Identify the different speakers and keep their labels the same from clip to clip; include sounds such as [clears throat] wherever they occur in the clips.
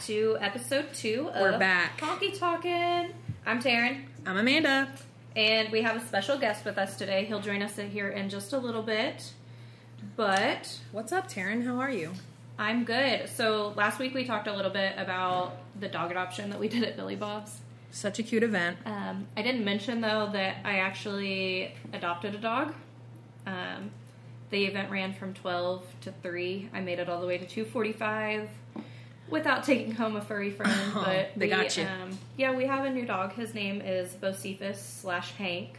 Speaker 1: to episode two of
Speaker 2: We're back.
Speaker 1: Honky Talkin'. I'm Taryn,
Speaker 2: I'm Amanda.
Speaker 1: and we have a special guest with us today. He'll join us here in just a little bit, but
Speaker 2: What's up, Taryn? How are you?
Speaker 1: I'm good. So last week we talked a little bit about the dog adoption that we did at Billy Bob's.
Speaker 2: Such a cute event.
Speaker 1: Um, I didn't mention though that I actually adopted a dog. Um, the event ran from 12 to 3. I made it all the way to 2:45 without taking home a furry
Speaker 2: [laughs]
Speaker 1: friend. But
Speaker 2: Oh, they
Speaker 1: we,
Speaker 2: got you.
Speaker 1: Um, yeah, we have a new dog. His name is Bocephus slash Hank.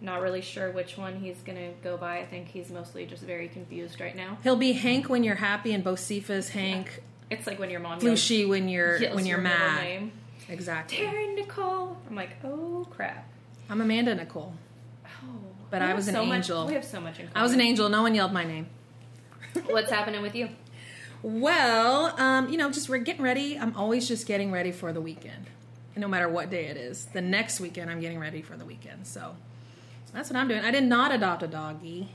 Speaker 1: Not really sure which one he's gonna go by. I think he's mostly just very confused right now.
Speaker 2: He'll be Hank when you're happy, and Bocephus Hank,
Speaker 1: It's like when your mom yells-
Speaker 2: Flushy when you're
Speaker 1: yells
Speaker 2: when you're
Speaker 1: your middle
Speaker 2: mad.
Speaker 1: name.
Speaker 2: Exactly.
Speaker 1: Taryn Nicole. I'm like, oh crap.
Speaker 2: I'm Amanda Nicole.
Speaker 1: Oh,
Speaker 2: But
Speaker 1: we
Speaker 2: I
Speaker 1: have
Speaker 2: was an
Speaker 1: so much-
Speaker 2: angel.
Speaker 1: we have so much in common.
Speaker 2: I was an angel. No one yelled my name.
Speaker 1: What's happening with you?
Speaker 2: Well, um, you know, just we're getting ready. I'm always just getting ready for the weekend, no matter what day it is. The next weekend, I'm getting ready for the weekend. So that's what I'm doing. I did not adopt a doggy.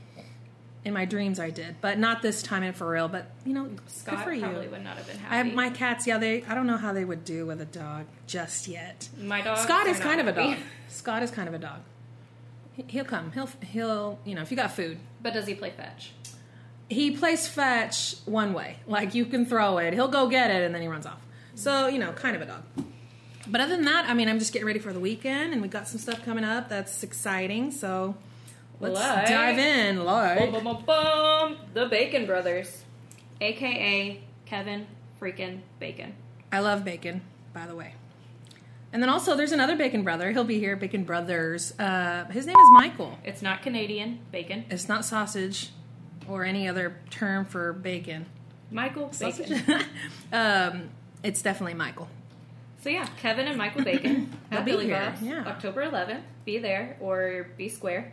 Speaker 2: In my dreams, I did, but not this time and for real. But you know,
Speaker 1: Scott
Speaker 2: good for
Speaker 1: probably
Speaker 2: you.
Speaker 1: would not have been
Speaker 2: I have
Speaker 1: happy.
Speaker 2: my cats. Yeah, they. I don't know how they would do with a dog just yet.
Speaker 1: my dog
Speaker 2: Scott is kind of a dog. [laughs] Scott is kind of a dog. He- He'll come. He'll he'll you know if you got food,
Speaker 1: But does he play fetch?
Speaker 2: he plays fetch one way. Like you can throw it, he'll go get it, and then he runs off. So you know, kind of a dog. But other than that, I mean, I'm just getting ready for the weekend, and we got some stuff coming up that's exciting. So let's
Speaker 1: Like-
Speaker 2: dive in. Like,
Speaker 1: Bum, bum, bum, bum. The Bacon Brothers, aka Kevin freaking Bacon.
Speaker 2: I love bacon, by the way. And then also, there's another bacon brother. He'll be here, Bacon Brothers. Uh, his name is Michael.
Speaker 1: It's not Canadian bacon.
Speaker 2: It's not sausage or any other term for bacon.
Speaker 1: Michael
Speaker 2: Sausage.
Speaker 1: Bacon.
Speaker 2: [laughs] um, it's definitely Michael.
Speaker 1: So yeah, Kevin and Michael Bacon
Speaker 2: [coughs] They'll
Speaker 1: at
Speaker 2: be
Speaker 1: Billy
Speaker 2: here,
Speaker 1: Bob's,
Speaker 2: yeah.
Speaker 1: October 11th. Be there or be square.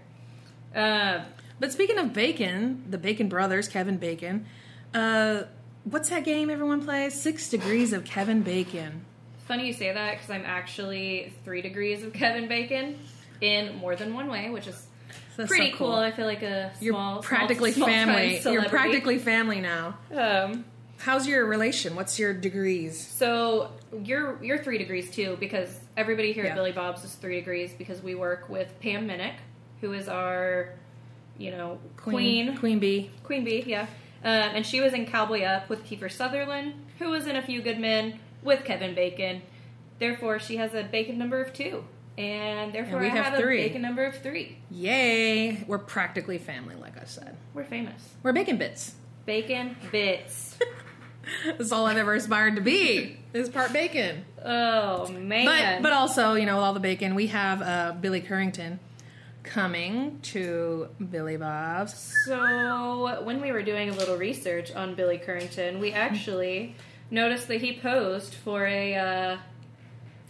Speaker 1: Uh,
Speaker 2: But speaking of bacon, the Bacon Brothers, Kevin Bacon, uh, what's that game everyone plays? Six Degrees of Kevin Bacon.
Speaker 1: funny you say that because I'm actually three degrees of Kevin Bacon in more than one way, which is
Speaker 2: That's so
Speaker 1: pretty cool. I feel like a small,
Speaker 2: You're
Speaker 1: small-
Speaker 2: practically
Speaker 1: small time
Speaker 2: family. You're
Speaker 1: celebrity.
Speaker 2: practically family now.
Speaker 1: Um,
Speaker 2: How's your relation? What's your degrees?
Speaker 1: so you're you're three degrees too because everybody here
Speaker 2: Yeah.
Speaker 1: at Billy Bob's is three degrees because we work with Pam Minnick, who is our you know queen
Speaker 2: Queen, Queen Bee.
Speaker 1: Queen Bee, yeah. Um, and she was in Cowboy Up with Kiefer Sutherland, who was in A Few Good Men with Kevin Bacon. Therefore, she has a bacon number of two. And therefore,
Speaker 2: we
Speaker 1: I
Speaker 2: have
Speaker 1: have,
Speaker 2: three.
Speaker 1: a bacon number of three.
Speaker 2: Yay! We're practically family, like I said.
Speaker 1: We're famous.
Speaker 2: We're bacon bits.
Speaker 1: Bacon
Speaker 2: [laughs]
Speaker 1: bits.
Speaker 2: That's all I've ever aspired to be. Is part bacon.
Speaker 1: oh, man.
Speaker 2: But but also, you know, with all the bacon, we have uh, Billy Currington coming to Billy Bob's.
Speaker 1: So, when we were doing a little research on Billy Currington, we actually noticed that he posed for a, uh,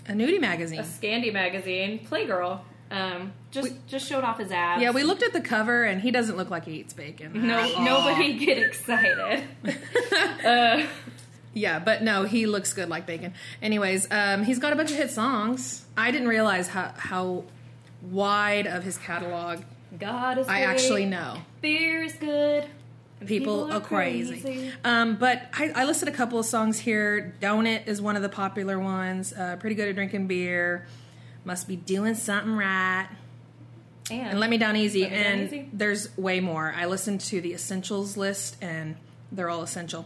Speaker 2: A nudie
Speaker 1: a
Speaker 2: magazine.
Speaker 1: Scandi magazine, Playgirl. Um, just just showed off his abs. Uh,
Speaker 2: Yeah, we looked at the cover and he doesn't look like he eats bacon.
Speaker 1: no
Speaker 2: at
Speaker 1: [laughs]
Speaker 2: all. [laughs]
Speaker 1: nobody get excited. uh,
Speaker 2: Yeah, but no, he looks good like bacon. Anyways, um, he's got a bunch of hit songs. I didn't realize how how wide of his catalog
Speaker 1: God is.
Speaker 2: I
Speaker 1: great.
Speaker 2: actually know.
Speaker 1: Beer is good. and
Speaker 2: People, are crazy. Um, but I, I listed a couple of songs here. Donut is one of the popular ones. Uh, pretty good at drinking beer. Must be doing something right.
Speaker 1: And,
Speaker 2: And Let Me Down Easy.
Speaker 1: Let Me Down
Speaker 2: and
Speaker 1: Easy.
Speaker 2: there's way more. I listened to the essentials list, and they're all essential.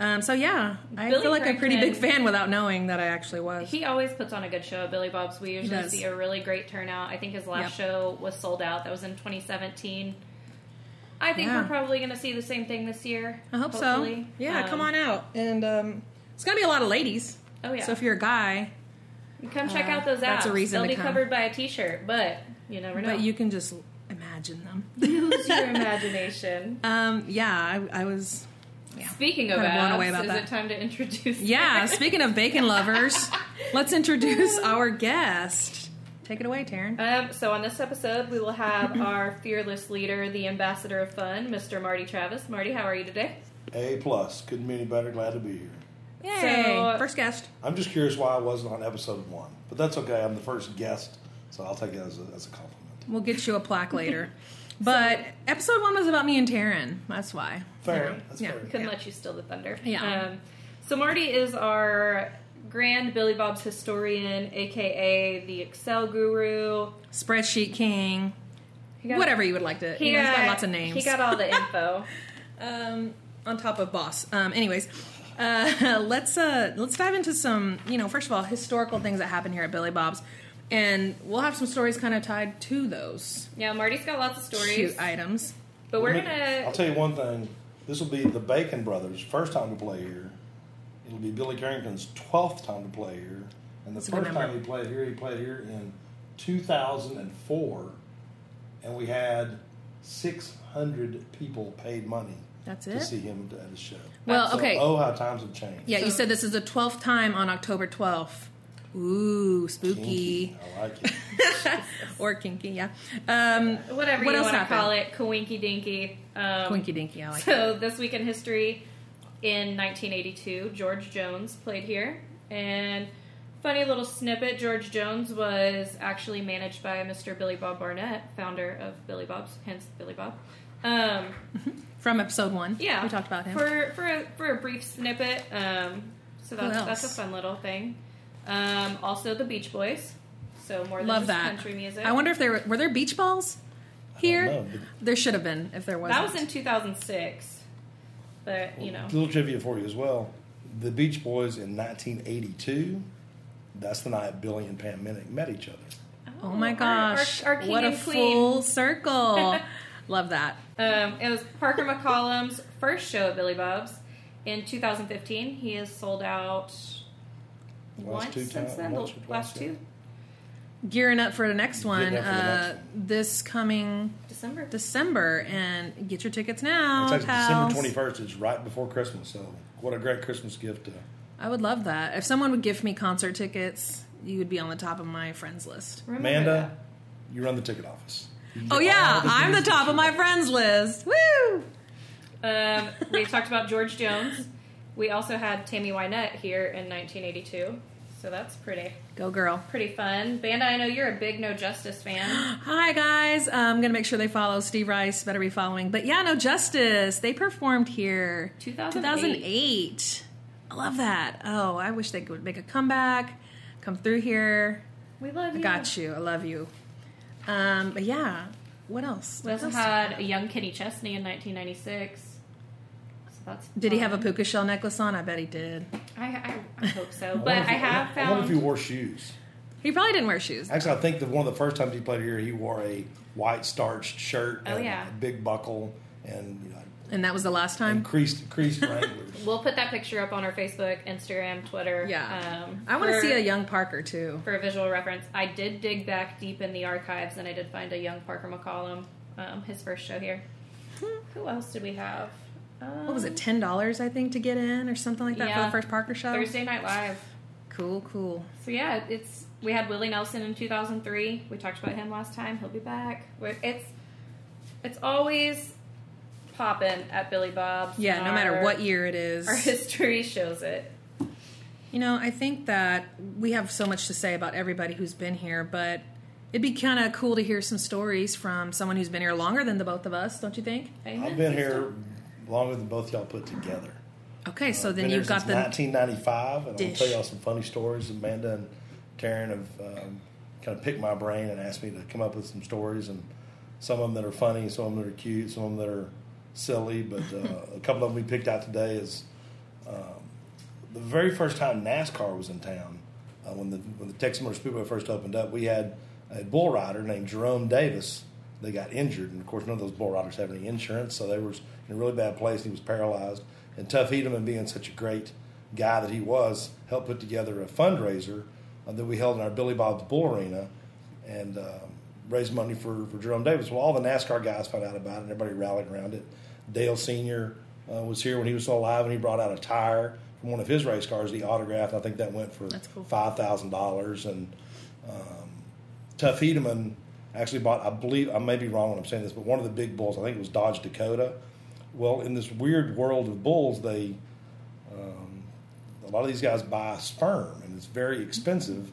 Speaker 2: Um, so yeah, I
Speaker 1: Billy
Speaker 2: feel like a pretty big
Speaker 1: Currington-
Speaker 2: fan without knowing that I actually was.
Speaker 1: He always puts on a good show at Billy Bob's. We usually
Speaker 2: does.
Speaker 1: see a really great turnout. I think his last show was sold out. That was in 2017. I think
Speaker 2: Yeah.
Speaker 1: we're probably going to see the same thing this year.
Speaker 2: I hope
Speaker 1: hopefully.
Speaker 2: so. Yeah,
Speaker 1: Um,
Speaker 2: come on out, and um, it's gonna be a lot of ladies.
Speaker 1: Oh, yeah.
Speaker 2: So if you're a guy,
Speaker 1: Come check
Speaker 2: uh,
Speaker 1: out those apps.
Speaker 2: that's a reason
Speaker 1: They'll be
Speaker 2: to come.
Speaker 1: covered by a T-shirt, but you never know. [laughs]
Speaker 2: but you [laughs] can just imagine them. [laughs]
Speaker 1: use your imagination.
Speaker 2: Um, yeah, I, I was. Yeah.
Speaker 1: Speaking of
Speaker 2: Kinda blown
Speaker 1: apps,
Speaker 2: away about
Speaker 1: is
Speaker 2: that.
Speaker 1: it time to introduce? [laughs]
Speaker 2: Yeah, speaking of bacon lovers, let's introduce our guest. Take it away, Taryn.
Speaker 1: Um, so on this episode, we will have [laughs] our fearless leader, the ambassador of fun, Mr. Marty Travis. Marty, how are you today?
Speaker 3: A plus. Couldn't be any better. Glad to be here.
Speaker 2: Yay.
Speaker 1: so-
Speaker 2: first guest.
Speaker 3: I'm just curious why I wasn't on episode one, but that's okay. I'm the first guest, so I'll take it as a, as a compliment.
Speaker 2: We'll get you a plaque later. But episode one was about me and Taryn. That's why.
Speaker 3: Fair. That's
Speaker 2: Yeah.
Speaker 3: fair.
Speaker 1: Couldn't
Speaker 2: Yeah.
Speaker 1: let you steal the thunder.
Speaker 2: Yeah.
Speaker 1: Um, So Marty is our grand Billy Bob's historian, aka the Excel guru.
Speaker 2: Spreadsheet King,
Speaker 1: He got-
Speaker 2: whatever you would like to.
Speaker 1: He
Speaker 2: you know, he's
Speaker 1: got-
Speaker 2: got lots of names.
Speaker 1: He got all
Speaker 2: [laughs]
Speaker 1: the info.
Speaker 2: um, on top of boss. Um, anyways, uh, [laughs] let's uh, let's dive into some you know first of all historical things that happened here at Billy Bob's, and we'll have some stories kind of tied to those
Speaker 1: Yeah, Marty's got lots of stories,
Speaker 2: cute items.
Speaker 1: but we're
Speaker 3: Let me-
Speaker 1: gonna.
Speaker 3: I'll tell you one thing. This will be the Bacon Brothers' first time to play here. It'll be Billy Carrington's twelfth time to play here, and the
Speaker 2: That's a good
Speaker 3: first
Speaker 2: number.
Speaker 3: time he played here, he played here in 2004, and we had 600 people paid money
Speaker 2: That's
Speaker 3: to
Speaker 2: it.
Speaker 3: see him at his show.
Speaker 2: Well,
Speaker 3: So,
Speaker 2: okay,
Speaker 3: oh, how times have changed.
Speaker 2: yeah, you
Speaker 1: So-
Speaker 2: said this is the twelfth time on October twelfth. Ooh, spooky
Speaker 3: Kinky. I like it.
Speaker 1: [laughs]
Speaker 2: or kinky, yeah. Um,
Speaker 1: Whatever
Speaker 2: What
Speaker 1: you
Speaker 2: else
Speaker 1: want to
Speaker 2: happened?
Speaker 1: call it, kawinky dinky. Um,
Speaker 2: Quinky dinky, I like.
Speaker 1: [laughs] So this week in history, in 1982, George Jones played here, and funny little snippet: George Jones was actually managed by Mr. Billy Bob Barnett, founder of Billy Bob's, hence Billy Bob. Um,
Speaker 2: From episode one,
Speaker 1: yeah,
Speaker 2: we talked about him.
Speaker 1: for for a, for a brief snippet. Um, so
Speaker 2: Who
Speaker 1: that's that's a
Speaker 2: else?
Speaker 1: fun little thing. Um, also, the Beach Boys. So more than
Speaker 2: Love
Speaker 1: just
Speaker 2: that.
Speaker 1: country music.
Speaker 2: I wonder if there were, were there beach balls here.
Speaker 3: know, but-
Speaker 2: there should have been if there was.
Speaker 1: that was in 2006, but you know.
Speaker 3: A little trivia for you as well. The Beach Boys in 1982. That's the night Billy and Pam met, met each other.
Speaker 2: Oh my
Speaker 1: our-
Speaker 2: gosh!
Speaker 1: our- our king
Speaker 2: what
Speaker 1: and
Speaker 2: a
Speaker 1: queen. [laughs]
Speaker 2: full circle. Love that.
Speaker 1: Um, it was Parker McCollum's first show at Billy Bob's in 2015. He has sold out once
Speaker 3: two
Speaker 1: since
Speaker 3: times-
Speaker 1: then. The
Speaker 3: once or twice,
Speaker 1: last
Speaker 3: yeah.
Speaker 1: two,
Speaker 2: Gearing up for the next one,
Speaker 3: Getting up for the
Speaker 2: uh,
Speaker 3: next one.
Speaker 2: this coming
Speaker 1: December.
Speaker 2: December, and get your tickets now,
Speaker 3: It's actually
Speaker 2: pals.
Speaker 3: December 21st. It's right before Christmas. So what a great Christmas gift. To,
Speaker 2: I would love that. If someone would give me concert tickets, you would be on the top of my friends list.
Speaker 1: Remember
Speaker 3: Amanda, you run the ticket office. You get
Speaker 2: Oh yeah,
Speaker 3: all the
Speaker 2: I'm the
Speaker 3: things
Speaker 2: top of my friends list. Woo!
Speaker 1: that. Um, we talked about George Jones. We also had Tammy Wynette here in 1982, so that's pretty
Speaker 2: Go girl.
Speaker 1: pretty fun. Banda, I know you're a big No Justice
Speaker 2: [gasps]
Speaker 1: fan.
Speaker 2: Hi guys, Uh, I'm gonna make sure they follow Steve Rice. Better be following. But yeah, no justice. They performed here
Speaker 1: 2008.
Speaker 2: 2008. I love that. Oh, I wish they could make a comeback, come through here.
Speaker 1: We love
Speaker 2: I
Speaker 1: you.
Speaker 2: got you. I love you. Um, but yeah, what else?
Speaker 1: We also
Speaker 2: What else?
Speaker 1: had a young Kenny Chesney in 1996. So that's
Speaker 2: Did he have a
Speaker 1: fun.
Speaker 2: puka shell necklace on? I bet he did.
Speaker 1: I, I, I hope so,
Speaker 3: [laughs] I
Speaker 1: but I,
Speaker 3: wonder if-
Speaker 1: have
Speaker 3: I wonder if he
Speaker 1: found.
Speaker 3: wore shoes.
Speaker 2: He probably didn't wear shoes.
Speaker 3: Actually, I think that one of the first times he played here, he wore a white starched shirt.
Speaker 1: Oh,
Speaker 3: and
Speaker 1: yeah.
Speaker 3: A big buckle and you know,
Speaker 2: And that was the last time.
Speaker 3: increased, increased [laughs] wranglers.
Speaker 1: We'll put that picture up on our Facebook, Instagram, Twitter.
Speaker 2: Yeah.
Speaker 1: Um,
Speaker 2: I want to
Speaker 1: for-
Speaker 2: see a young Parker too.
Speaker 1: for a visual reference. I did dig back deep in the archives, and I did find a young Parker McCollum, um, his first show here. Who else did we have? Um,
Speaker 2: Hmm. What was it? Ten dollars, I think, to get in or something like that for
Speaker 1: Yeah.
Speaker 2: the first Parker show.
Speaker 1: Thursday Night Live.
Speaker 2: Cool, cool.
Speaker 1: So yeah, it's we had Willie Nelson in 2003. We talked about him last time. He'll be back. We're- It's it's always popping at Billy Bob's.
Speaker 2: Yeah, no matter
Speaker 1: Our-
Speaker 2: what year
Speaker 1: [laughs]
Speaker 2: it is.
Speaker 1: our history shows it.
Speaker 2: You know, I think that we have so much to say about everybody who's been here, but it'd be kind of cool to hear some stories from someone who's been here longer than the both of us, don't you think?
Speaker 1: Amen,
Speaker 3: I've been
Speaker 1: sister.
Speaker 3: here longer than both y'all put together.
Speaker 2: Okay, so
Speaker 3: I've
Speaker 2: then
Speaker 3: been here
Speaker 2: you've got
Speaker 3: since
Speaker 2: the
Speaker 3: 1995, and I'll
Speaker 2: dish.
Speaker 3: tell y'all some funny stories. Amanda and Taryn have um, kind of picked my brain and asked me to come up with some stories, and some of them that are funny, some of them that are cute, some of them that are silly. But uh, a couple of them we picked out today is um, the very first time NASCAR was in town uh, when the when the Texas Motor Speedway first opened up. We had a bull rider named Jerome Davis. They got injured, and of course, none of those bull riders have any insurance, so they were in a really bad place. And he was paralyzed, and Tough Edom, and being such a great guy that he was, helped put together a fundraiser uh, that we held in our Billy Bob's Bull Arena, and um, raised money for, for Jerome Davis. Well, all the NASCAR guys found out about it, and everybody rallied around it. Dale Sr. Uh, was here when he was still alive, and he brought out a tire from one of his race cars, the autographed. I think that went for
Speaker 2: That's cool.
Speaker 3: $5,000. And Tough Hedeman actually bought, I believe, I may be wrong when I'm saying this, but one of the big bulls, I think it was Dodge Dakota. Well, in this weird world of bulls, they, um, a lot of these guys buy sperm, and it's very expensive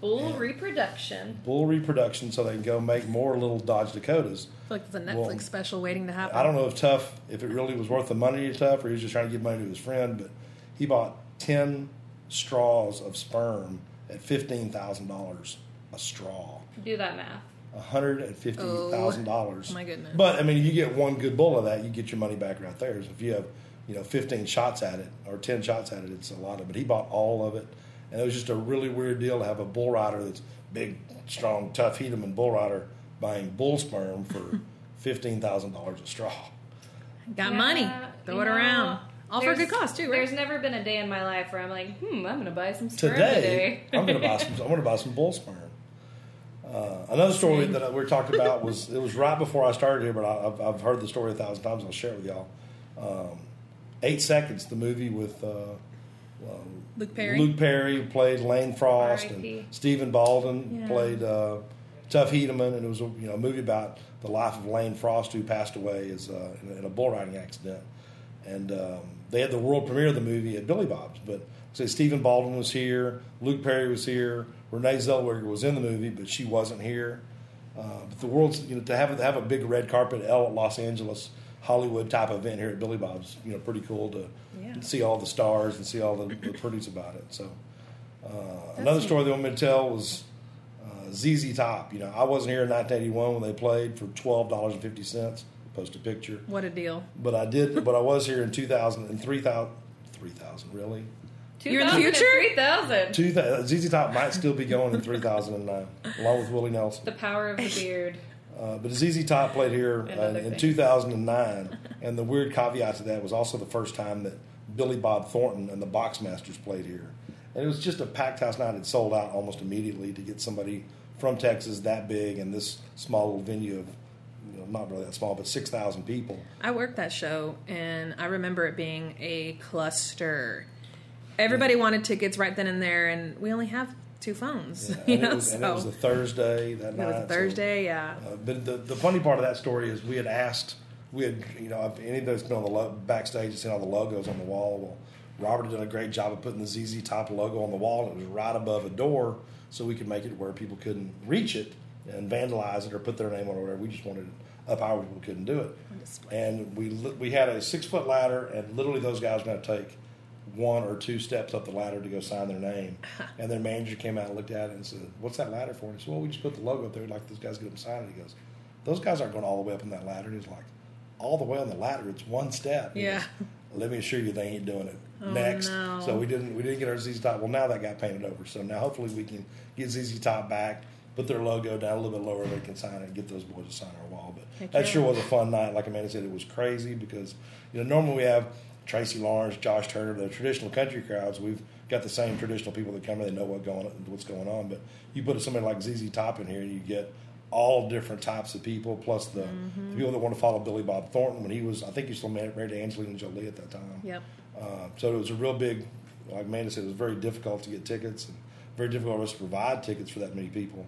Speaker 1: Bull reproduction.
Speaker 3: bull reproduction so they can go make more little Dodge Dakotas.
Speaker 2: I feel like there's a Netflix
Speaker 3: Well,
Speaker 2: special waiting to happen.
Speaker 3: I don't know if Tough, if it really was worth the money to Tough, or he was just trying to give money to his friend, but he bought ten straws of sperm at fifteen thousand dollars a straw.
Speaker 1: Do that math.
Speaker 3: hundred and fifty thousand dollars.
Speaker 2: Oh, my goodness.
Speaker 3: But I mean, you get one good bull of that, you get your money back right there. So if you have, you know, fifteen shots at it or ten shots at it, it's a lot of. But he bought all of it, and it was just a really weird deal to have a bull rider that's big, strong, tough Hedeman bull rider buying bull sperm for
Speaker 2: [laughs]
Speaker 3: fifteen thousand dollars a straw.
Speaker 2: Got
Speaker 1: Yeah,
Speaker 2: money. Throw
Speaker 1: you
Speaker 2: it
Speaker 1: know,
Speaker 2: around. All for a
Speaker 1: there's-
Speaker 2: good cause too, right?
Speaker 1: There's never been a day in my life where I'm like, hmm, I'm gonna buy some sperm
Speaker 3: today
Speaker 1: today. [laughs]
Speaker 3: I'm gonna buy some. I'm gonna buy some bull sperm. Uh, another story that I- we were
Speaker 1: [laughs]
Speaker 3: talking about was it was right before I started here, but I, I've, I've heard the story a thousand times. I'll share it with y'all. Um, Eight Seconds, the movie with uh,
Speaker 2: Luke Perry.
Speaker 3: Luke Perry who played Lane Frost,
Speaker 1: R.I.P..
Speaker 3: and Stephen Baldwin
Speaker 2: Yeah.
Speaker 3: played uh, Tough Hedeman, and it was a you know a movie about the life of Lane Frost, who passed away as, uh, in, a, in a bull riding accident. And um, they had the world premiere of the movie at Billy Bob's, but so Stephen Baldwin was here, Luke Perry was here, Renee Zellweger was in the movie, but she wasn't here. Uh, but the world's you know to have to have a big red carpet L at Los Angeles Hollywood type event here at Billy Bob's, you know, pretty cool to
Speaker 2: Yeah.
Speaker 3: see all the stars and see all the, the pretties about it. So uh, another story they want me to tell was uh, ZZ Top. You know, I wasn't here in 1981 when they played for twelve dollars and fifty cents. Post a picture,
Speaker 2: What a deal.
Speaker 3: but I did. but I was here in 2000 and 3000. 3000 really?
Speaker 2: You're in the future?
Speaker 1: Three thousand.
Speaker 3: Two thou- ZZ Top might still be going in 3009 along with Willie Nelson.
Speaker 1: The power
Speaker 2: [laughs]
Speaker 1: of the beard.
Speaker 3: Uh, but ZZ Top played here uh,
Speaker 1: Another
Speaker 3: in
Speaker 1: thing.
Speaker 3: 2009, and the weird caveat to that was also the first time that Billy Bob Thornton and the Boxmasters played here, and it was just a packed house night. It sold out almost immediately to get somebody from Texas that big and this small little venue of, you know, not really that small, but six thousand people.
Speaker 2: [laughs] I worked that show and I remember it being a cluster. Everybody wanted tickets right then and there and we only have two phones. [laughs]
Speaker 3: And,
Speaker 2: you know,
Speaker 3: it, was,
Speaker 2: so
Speaker 3: and it was a Thursday that night. so-
Speaker 2: Thursday, yeah.
Speaker 3: Uh, but the, the funny part of that story is we had asked, we had, you know, if any of those been on the lo- backstage and seen all the logos on the wall, well, Robert had done a great job of putting the ZZ Top logo on the wall. It was right above a door, so we could make it where people couldn't reach it and vandalize it or put their name on it or whatever. We just wanted it up high where people couldn't do it.
Speaker 2: display.
Speaker 3: And we li- we had a six foot ladder, and literally those guys were going to take one or two steps up the ladder to go sign their
Speaker 2: [laughs]
Speaker 3: name. And their manager came out and looked at it and said, What's that ladder for? And he said, Well, we just put the logo up there. We'd like those guys to get them signed. And he goes, Those guys aren't going all the way up on that ladder. And he's like, All the way on the ladder, it's one step. And he
Speaker 2: Yeah. Oh,
Speaker 3: goes, Let me assure you, they ain't doing it. Next.
Speaker 2: no.
Speaker 3: So we didn't we didn't get our ZZ Top. Well, now that got painted over. So now hopefully we can get ZZ Top back, put their logo down a little bit lower. They can sign it and get those boys to sign our wall. But
Speaker 2: Heck
Speaker 3: that
Speaker 2: yeah.
Speaker 3: sure was a fun night. Like Amanda said, it was crazy because you know normally we have Tracy Lawrence, Josh Turner, the traditional country crowds. We've got the same traditional people that come in. They know what going what's going on. But you put somebody like ZZ Top in here, and you get all different types of people. Plus the, the people that want to follow Billy Bob Thornton when he was, I think he was still married married to Angelina Jolie at that time.
Speaker 2: Yep.
Speaker 3: Uh, so it was a real big, like Amanda said, it was very difficult to get tickets and very difficult for us to provide tickets for that many people.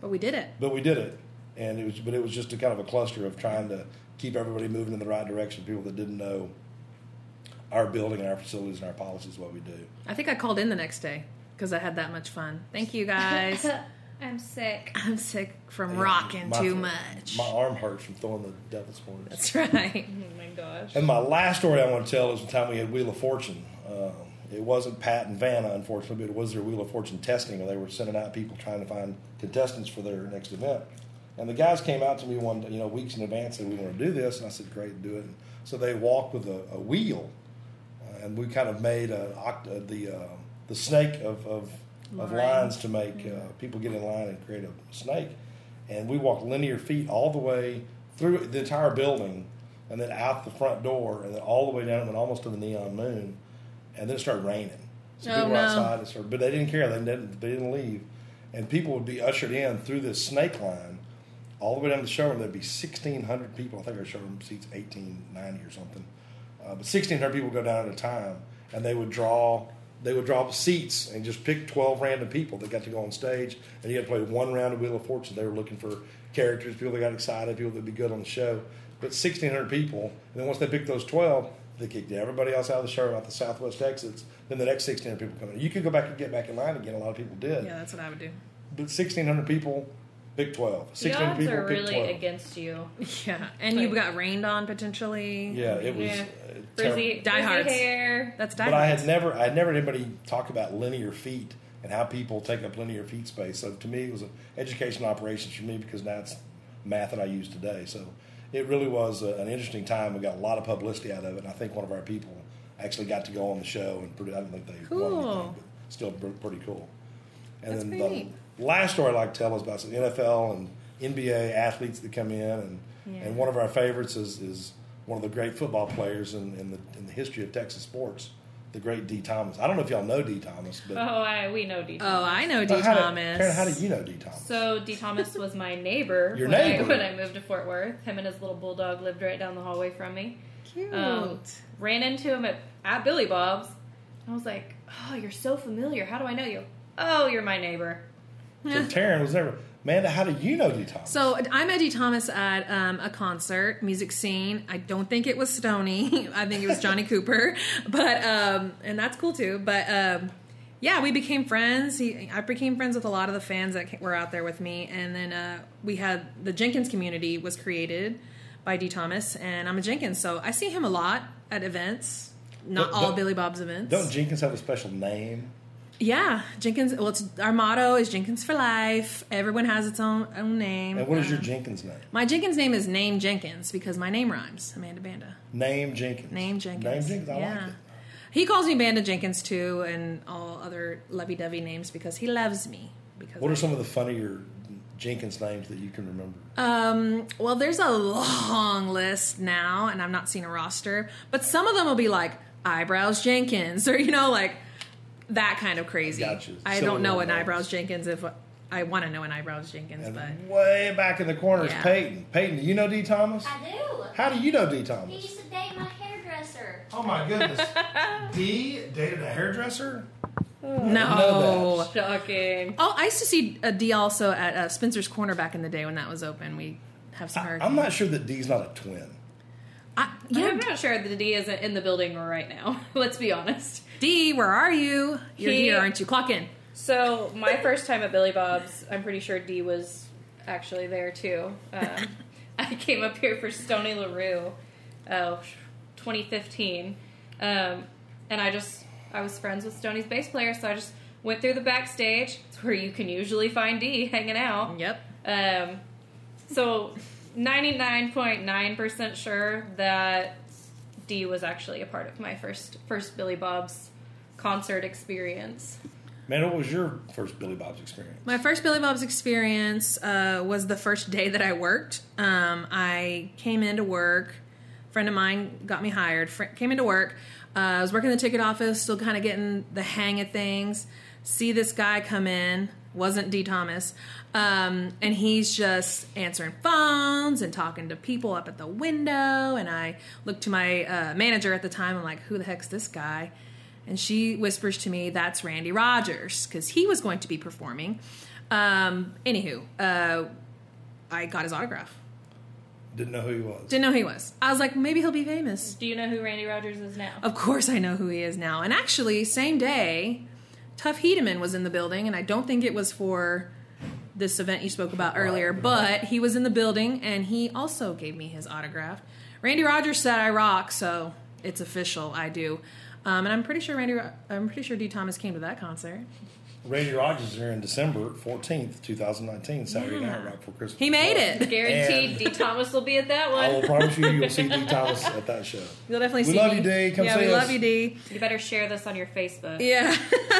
Speaker 2: But we did it.
Speaker 3: But we did it, and it was, but it was just a kind of a cluster of trying to keep everybody moving in the right direction. People that didn't know our building and our facilities and our policies, what we do.
Speaker 2: I think I called in the next day because I had that much fun. Thank you
Speaker 3: [laughs]
Speaker 2: guys.
Speaker 1: I'm sick.
Speaker 2: I'm sick from rocking
Speaker 3: My-
Speaker 2: too much.
Speaker 3: My arm hurts from throwing the devil's horns.
Speaker 2: [laughs] That's right.
Speaker 1: Oh my gosh.
Speaker 3: And my last story I want to tell is the time we had Wheel of Fortune. Um, it wasn't Pat and Vanna, unfortunately, but it was their Wheel of Fortune testing where they were sending out people trying to find contestants for their next event. And the guys came out to me one, you know, weeks in advance and said, "We want to do this," and I said, "Great, do it." And so they walked with a, a wheel, uh, and we kind of made a, oct- uh, the uh, the snake of of, of lines to make uh, people get in line and create a snake. And we walked linear feet all the way through the entire building, and then out the front door, and then all the way down. It went almost to the neon moon, and then it started raining. So
Speaker 2: Oh,
Speaker 3: people were
Speaker 2: no.
Speaker 3: outside, and started, but they didn't care. They didn't. They didn't leave, and people would be ushered in through this snake line. All the way down to the showroom, there'd be 1,600 people. I think our showroom seats 1,890 or something uh, but 1600 people go down at a time and they would draw they would draw seats and just pick 12 random people that got to go on stage and you had to play one round of wheel of fortune they were looking for characters people that got excited people that would be good on the show but 1600 people and then once they picked those 12 they kicked everybody else out of the show out the southwest exits then the next 1600 people come in you could go back and get back in line again a lot of people did
Speaker 2: Yeah, that's what I would do.
Speaker 3: but 1,600 people Pick 12.
Speaker 1: The
Speaker 3: 16
Speaker 1: odds
Speaker 3: people,
Speaker 1: are
Speaker 3: pick
Speaker 1: really
Speaker 3: 12.
Speaker 1: against you.
Speaker 2: [laughs] Yeah, and you got rained on potentially.
Speaker 3: Yeah, it was.
Speaker 1: Yeah.
Speaker 3: uh, terrible.
Speaker 1: Frizzy,
Speaker 2: Diehards.
Speaker 1: frizzy hair.
Speaker 2: that's
Speaker 3: But I
Speaker 2: diehard.
Speaker 3: had never, I had never heard anybody talk about linear feet and how people take up linear feet space. So to me, it was an education operations for me because now it's math that I use today. So it really was a, an interesting time. We got a lot of publicity out of it, and I think one of our people actually got to go on the show and pretty, I don't think they won
Speaker 2: Cool.
Speaker 3: anything, but still pr- pretty cool. And
Speaker 2: That's
Speaker 3: then
Speaker 2: pretty
Speaker 3: the
Speaker 2: neat.
Speaker 3: last story I like to tell is about some NFL and NBA athletes that come in, and
Speaker 1: Yeah.
Speaker 3: and one of our favorites is, is one of the great football players in, in the in the history of Texas sports, the great D. Thomas. I don't know if y'all know D. Thomas, but
Speaker 1: Oh, I, we know D.
Speaker 2: Oh, I know D.
Speaker 3: But how,
Speaker 2: Thomas.
Speaker 3: Do, Karen, how do you know D. Thomas?
Speaker 1: So D. Thomas was my neighbor,
Speaker 3: [laughs] Your
Speaker 1: when,
Speaker 3: neighbor.
Speaker 1: I, when I moved to Fort Worth. Him and his little bulldog lived right down the hallway from me.
Speaker 2: Cute.
Speaker 1: Um, ran into him at, at Billy Bob's. I was like, "Oh, you're so familiar. How do I know you?" "Oh, you're my neighbor."
Speaker 3: So Taryn was never. Amanda, how do you know D. Thomas?
Speaker 2: So I met D. Thomas at um, a concert, music scene. I don't think it was Stony. [laughs] I think it was Johnny Cooper, but um, and that's cool too. But um, yeah, we became friends. He, I became friends with a lot of the fans that ca- were out there with me, and then uh, we had the Jenkins community was created by D. Thomas, and I'm a Jenkins, so I see him a lot at events. Not
Speaker 3: Don't-
Speaker 2: all
Speaker 3: don't-
Speaker 2: Billy Bob's events.
Speaker 3: Don't Jenkins have a special name?
Speaker 2: yeah, Jenkins. Well, it's, our motto is Jenkins for life. Everyone has its own own name.
Speaker 3: And what is your
Speaker 2: Um,
Speaker 3: Jenkins name?
Speaker 2: my Jenkins name is Name Jenkins because my name rhymes. Amanda Banda.
Speaker 3: Name Jenkins.
Speaker 2: Name Jenkins.
Speaker 3: Name Jenkins. I
Speaker 2: yeah.
Speaker 3: like it.
Speaker 2: He calls me Banda Jenkins too, and all other lovey-dovey names because he loves me. Because
Speaker 3: What
Speaker 2: I-
Speaker 3: are some of the funnier Jenkins names that you can remember?
Speaker 2: Um, well, there's a long list now, and I'm not seeing a roster, but some of them will be like eyebrows Jenkins, [laughs] or you know, like that kind of crazy.
Speaker 3: Gotcha.
Speaker 2: I
Speaker 3: Silly
Speaker 2: don't know
Speaker 3: little
Speaker 2: an
Speaker 3: names.
Speaker 2: eyebrows Jenkins if I want to know an eyebrows Jenkins,
Speaker 3: And
Speaker 2: but
Speaker 3: way back in the corner
Speaker 2: Yeah.
Speaker 3: is Peyton. Peyton, do you know D. Thomas?
Speaker 4: I do.
Speaker 3: How do you know D.
Speaker 4: He
Speaker 3: Thomas?
Speaker 4: used to date my hairdresser.
Speaker 3: Oh my
Speaker 2: [laughs]
Speaker 3: goodness. D dated a hairdresser? know
Speaker 2: no.
Speaker 3: that.
Speaker 1: Shocking.
Speaker 2: Oh, I used to see a D also at uh, Spencer's Corner back in the day when that was open. We have some.
Speaker 3: I,
Speaker 2: hurricane-
Speaker 3: am not sure that D's not a twin.
Speaker 2: I-
Speaker 1: I'm
Speaker 2: yeah,
Speaker 1: not sure that D isn't in the building right now. [laughs] Let's be honest.
Speaker 2: D, where are you? You're
Speaker 1: He-
Speaker 2: here, aren't you? Clock in.
Speaker 1: So my first time at Billy Bob's, I'm pretty sure D was actually there too. Um, I came up here for Stony LaRue, uh, 2015, um, and I just I was friends with Stony's bass player, so I just went through the backstage. It's where you can usually find D hanging out.
Speaker 2: Yep.
Speaker 1: Um, so 99.9% sure that D was actually a part of my first first Billy Bob's concert experience.
Speaker 3: Man, what was your first Billy Bob's experience?
Speaker 2: My first Billy Bob's experience uh, was the first day that I worked. Um, I came into work. friend of mine got me hired. Fr- came into work. Uh, I was working in the ticket office, still kind of getting the hang of things. See this guy come in. Wasn't D Thomas, um, and he's just answering phones and talking to people up at the window. And I looked to my uh, manager at the time. I'm like, "Who the heck's this guy?" And she whispers to me, "That's Randy Rogers," because he was going to be performing. Um, anywho, uh, I got his autograph.
Speaker 3: Didn't know who he was.
Speaker 2: Didn't know who he was. I was like, maybe he'll be famous.
Speaker 1: Do you know who Randy Rogers is now?
Speaker 2: Of course, I know who he is now. And actually, same day, Tough Hedeman was in the building, and I don't think it was for this event you spoke about earlier, but he was in the building, and he also gave me his autograph. Randy Rogers said, "I rock," so it's official. I do, um, and I'm pretty sure Randy. Ro- I'm pretty sure D. Thomas came to that concert.
Speaker 3: Randy Rogers is here in December 14th, 2019, Saturday night, right before Christmas.
Speaker 2: He made it.
Speaker 1: Guaranteed,
Speaker 3: And-
Speaker 1: D. Thomas will be at that
Speaker 3: I will
Speaker 1: one.
Speaker 3: promise you, you'll see D. Thomas at that show.
Speaker 2: You'll definitely
Speaker 3: We
Speaker 2: see
Speaker 3: love
Speaker 2: me.
Speaker 3: you, D. Come
Speaker 2: yeah,
Speaker 3: see
Speaker 2: we
Speaker 3: us.
Speaker 2: love you, D.
Speaker 1: You better share this on your Facebook.
Speaker 2: Yeah.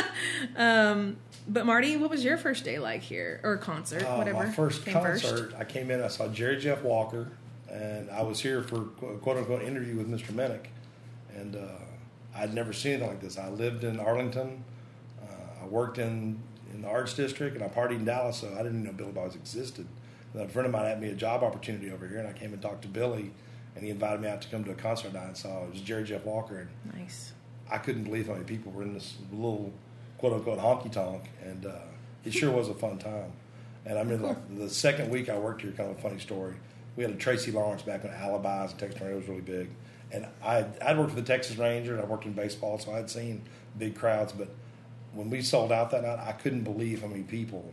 Speaker 2: [laughs] um, but Marty, what was your first day like here or concert,
Speaker 3: Uh,
Speaker 2: whatever?
Speaker 3: My first
Speaker 2: came first?
Speaker 3: concert, I came in, I saw Jerry Jeff Walker, and I was here for qu- quote unquote interview with Mr. Minnick. And uh, I'd never seen anything like this. I lived in Arlington, uh, I worked in, in the Arts District, and I partied in Dallas, so I didn't even know Billy Bob's existed. And a friend of mine had me a job opportunity over here, and I came and talked to Billy, and he invited me out to come to a concert I saw. It was Jerry Jeff Walker, and
Speaker 2: Nice.
Speaker 3: I couldn't believe how many people were in this little quote unquote honky tonk, and uh, it sure was a fun time. And I mean, like the second week I worked here, kind of a funny story. We had a Tracy Lawrence back when Alibis and Texas Tornado was really big, and I I'd worked for the Texas Rangers. I worked in baseball, so I'd seen big crowds. But when we sold out that night, I couldn't believe how many people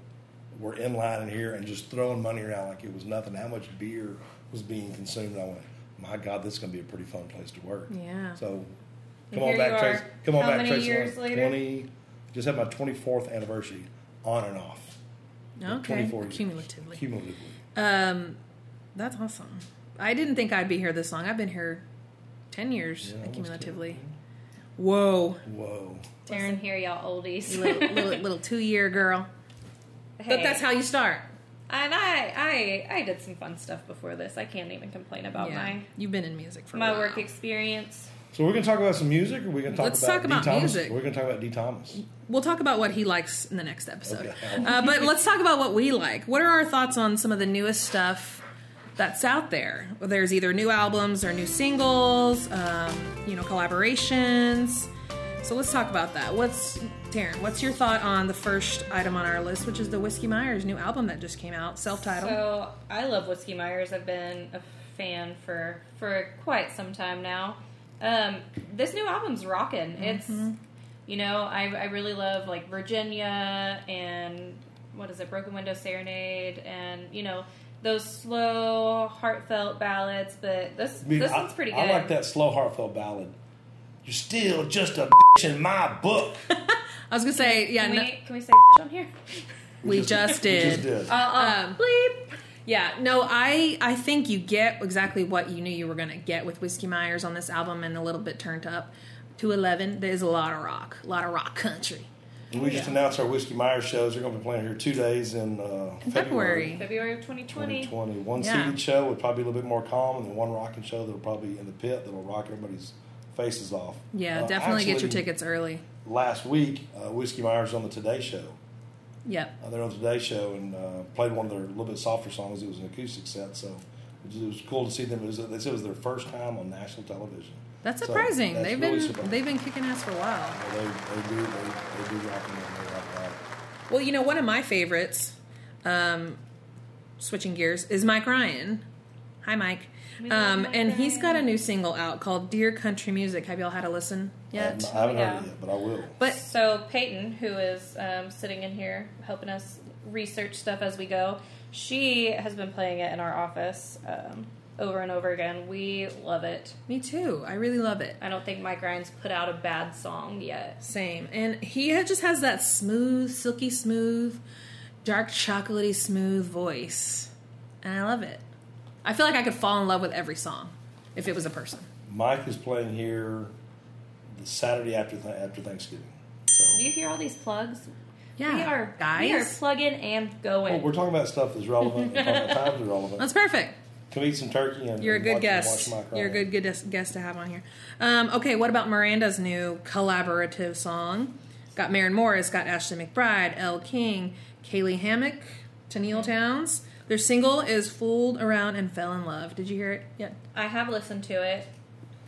Speaker 3: were in line in here and just throwing money around like it was nothing. How much beer was being consumed? And I went, my God, this is going to be a pretty fun place to work.
Speaker 2: Yeah.
Speaker 3: So
Speaker 1: And
Speaker 3: come on
Speaker 1: here
Speaker 3: back,
Speaker 1: you
Speaker 3: Trace.
Speaker 1: are.
Speaker 3: Come on
Speaker 1: How
Speaker 3: back,
Speaker 1: many
Speaker 3: Trace.
Speaker 1: years
Speaker 3: I'm
Speaker 1: later?
Speaker 3: Twenty. Just had my twenty fourth anniversary on and off.
Speaker 2: Okay.
Speaker 3: 24 years.
Speaker 2: Cumulatively.
Speaker 3: Cumulatively.
Speaker 2: Um, that's awesome. I didn't think I'd be here this long. I've been here ten years
Speaker 3: Yeah, almost
Speaker 2: cumulatively. Whoa,
Speaker 3: Whoa.
Speaker 1: Taryn, here, y'all [laughs] oldies.
Speaker 2: little, little, little two year girl. But
Speaker 1: Hey.
Speaker 2: that's how you start.
Speaker 1: And I, I, I did some fun stuff before this. I can't even complain about
Speaker 2: Yeah. You've been in music for
Speaker 1: my my
Speaker 2: a while.
Speaker 1: work experience.
Speaker 3: So we're gonna talk about some music, or we're gonna talk
Speaker 2: Let's
Speaker 3: about
Speaker 2: talk
Speaker 3: D.
Speaker 2: about
Speaker 3: Thomas?
Speaker 2: music.
Speaker 3: We're gonna talk about D. Thomas.
Speaker 2: We'll talk about what he likes in the next episode.
Speaker 3: Okay.
Speaker 2: Uh, but let's talk about what we like. What are our thoughts on some of the newest stuff that's out there? Well, there's either new albums or new singles, um, you know, collaborations. So let's talk about that. What's Darren? What's your thought on the first item on our list, which is the Whiskey Myers new album that just came out, self-titled?
Speaker 1: So I love Whiskey Myers. I've been a fan for for quite some time now. Um, this new album's rocking. It's you know I I really love like Virginia and what is it Broken Window Serenade and you know those slow heartfelt ballads. But this
Speaker 3: I mean,
Speaker 1: this
Speaker 3: I-
Speaker 1: one's pretty good.
Speaker 3: I like that slow, heartfelt ballad. You're still just a bitch in my
Speaker 1: [laughs]
Speaker 3: book.
Speaker 2: I was gonna say, yeah,
Speaker 1: Can
Speaker 2: no-
Speaker 1: we can we say [laughs] bitch on here?
Speaker 2: we, just did.
Speaker 3: We just did.
Speaker 2: Um,
Speaker 1: Uh-uh. Bleep.
Speaker 2: Yeah, no, I I think you get exactly what you knew you were going to get with Whiskey Myers on this album and a little bit turned up. 211, there's a lot of rock, a lot of rock country.
Speaker 3: And we just announced our Whiskey Meyer shows. They're going to be playing here two days in, uh,
Speaker 2: In February.
Speaker 1: February of 2020.
Speaker 3: 2020. One
Speaker 2: Yeah.
Speaker 3: seated show would probably be a little bit more calm, and then one rocking show that'll probably in the pit that'll rock everybody's faces off.
Speaker 2: Yeah,
Speaker 3: Uh,
Speaker 2: definitely get your
Speaker 3: actually,
Speaker 2: tickets early.
Speaker 3: Last week, uh, Whiskey Myers on the Today Show.
Speaker 2: Yep.
Speaker 3: Uh, they're on the Today Show and uh, played one of their little bit softer songs. It was an acoustic set, so it was, it was cool to see them. It was, they said it was their first time on national television.
Speaker 2: That's
Speaker 3: So
Speaker 2: surprising.
Speaker 3: that's
Speaker 2: they've
Speaker 3: really
Speaker 2: been
Speaker 3: surprising.
Speaker 2: they've been kicking ass for a while.
Speaker 3: Uh, They, they do they, they do rock and roll, they rock out.
Speaker 2: Well, you know, one of my favorites, um, switching gears, is Mike Ryan. Hi, Mike.
Speaker 1: We love
Speaker 2: Um,
Speaker 1: Mike
Speaker 2: and he's got a
Speaker 1: Ryan.
Speaker 2: new single out called "Dear Country Music." Have y'all had a listen yet?
Speaker 3: I haven't heard
Speaker 1: Yeah.
Speaker 3: it yet, but I will.
Speaker 2: But
Speaker 1: So Peyton, who is um, sitting in here helping us research stuff as we go, she has been playing it in our office um, over and over again. We love it.
Speaker 2: me too. I really love it.
Speaker 1: I don't think Mike Ryan's put out a bad song yet.
Speaker 2: Same. And he had- just has that smooth, silky smooth, dark chocolatey smooth voice. And I love it. I feel like I could fall in love with every song if it was a person.
Speaker 3: Mike is playing here the Saturday after th- after Thanksgiving. So
Speaker 1: Do you hear all these plugs?
Speaker 2: Yeah.
Speaker 1: we are
Speaker 2: guys.
Speaker 1: We are plugging and going.
Speaker 3: Well, Oh, we're talking about stuff that's relevant.
Speaker 2: [laughs]
Speaker 3: and talking about times are relevant.
Speaker 2: That's perfect.
Speaker 3: Come eat some turkey and
Speaker 2: You're a
Speaker 3: and
Speaker 2: good
Speaker 3: watch,
Speaker 2: guest.
Speaker 3: Watch Mike
Speaker 2: You're a
Speaker 3: Ryan.
Speaker 2: good, good des- guest to have on here. Um, okay, what about Miranda's new collaborative song? Got Maren Morris, got Ashley McBride, Elle King, Kaylee Hammock, Tennille Towns. Their single is Fooled Around and Fell in Love. Did you hear it yet?
Speaker 1: I have listened to it.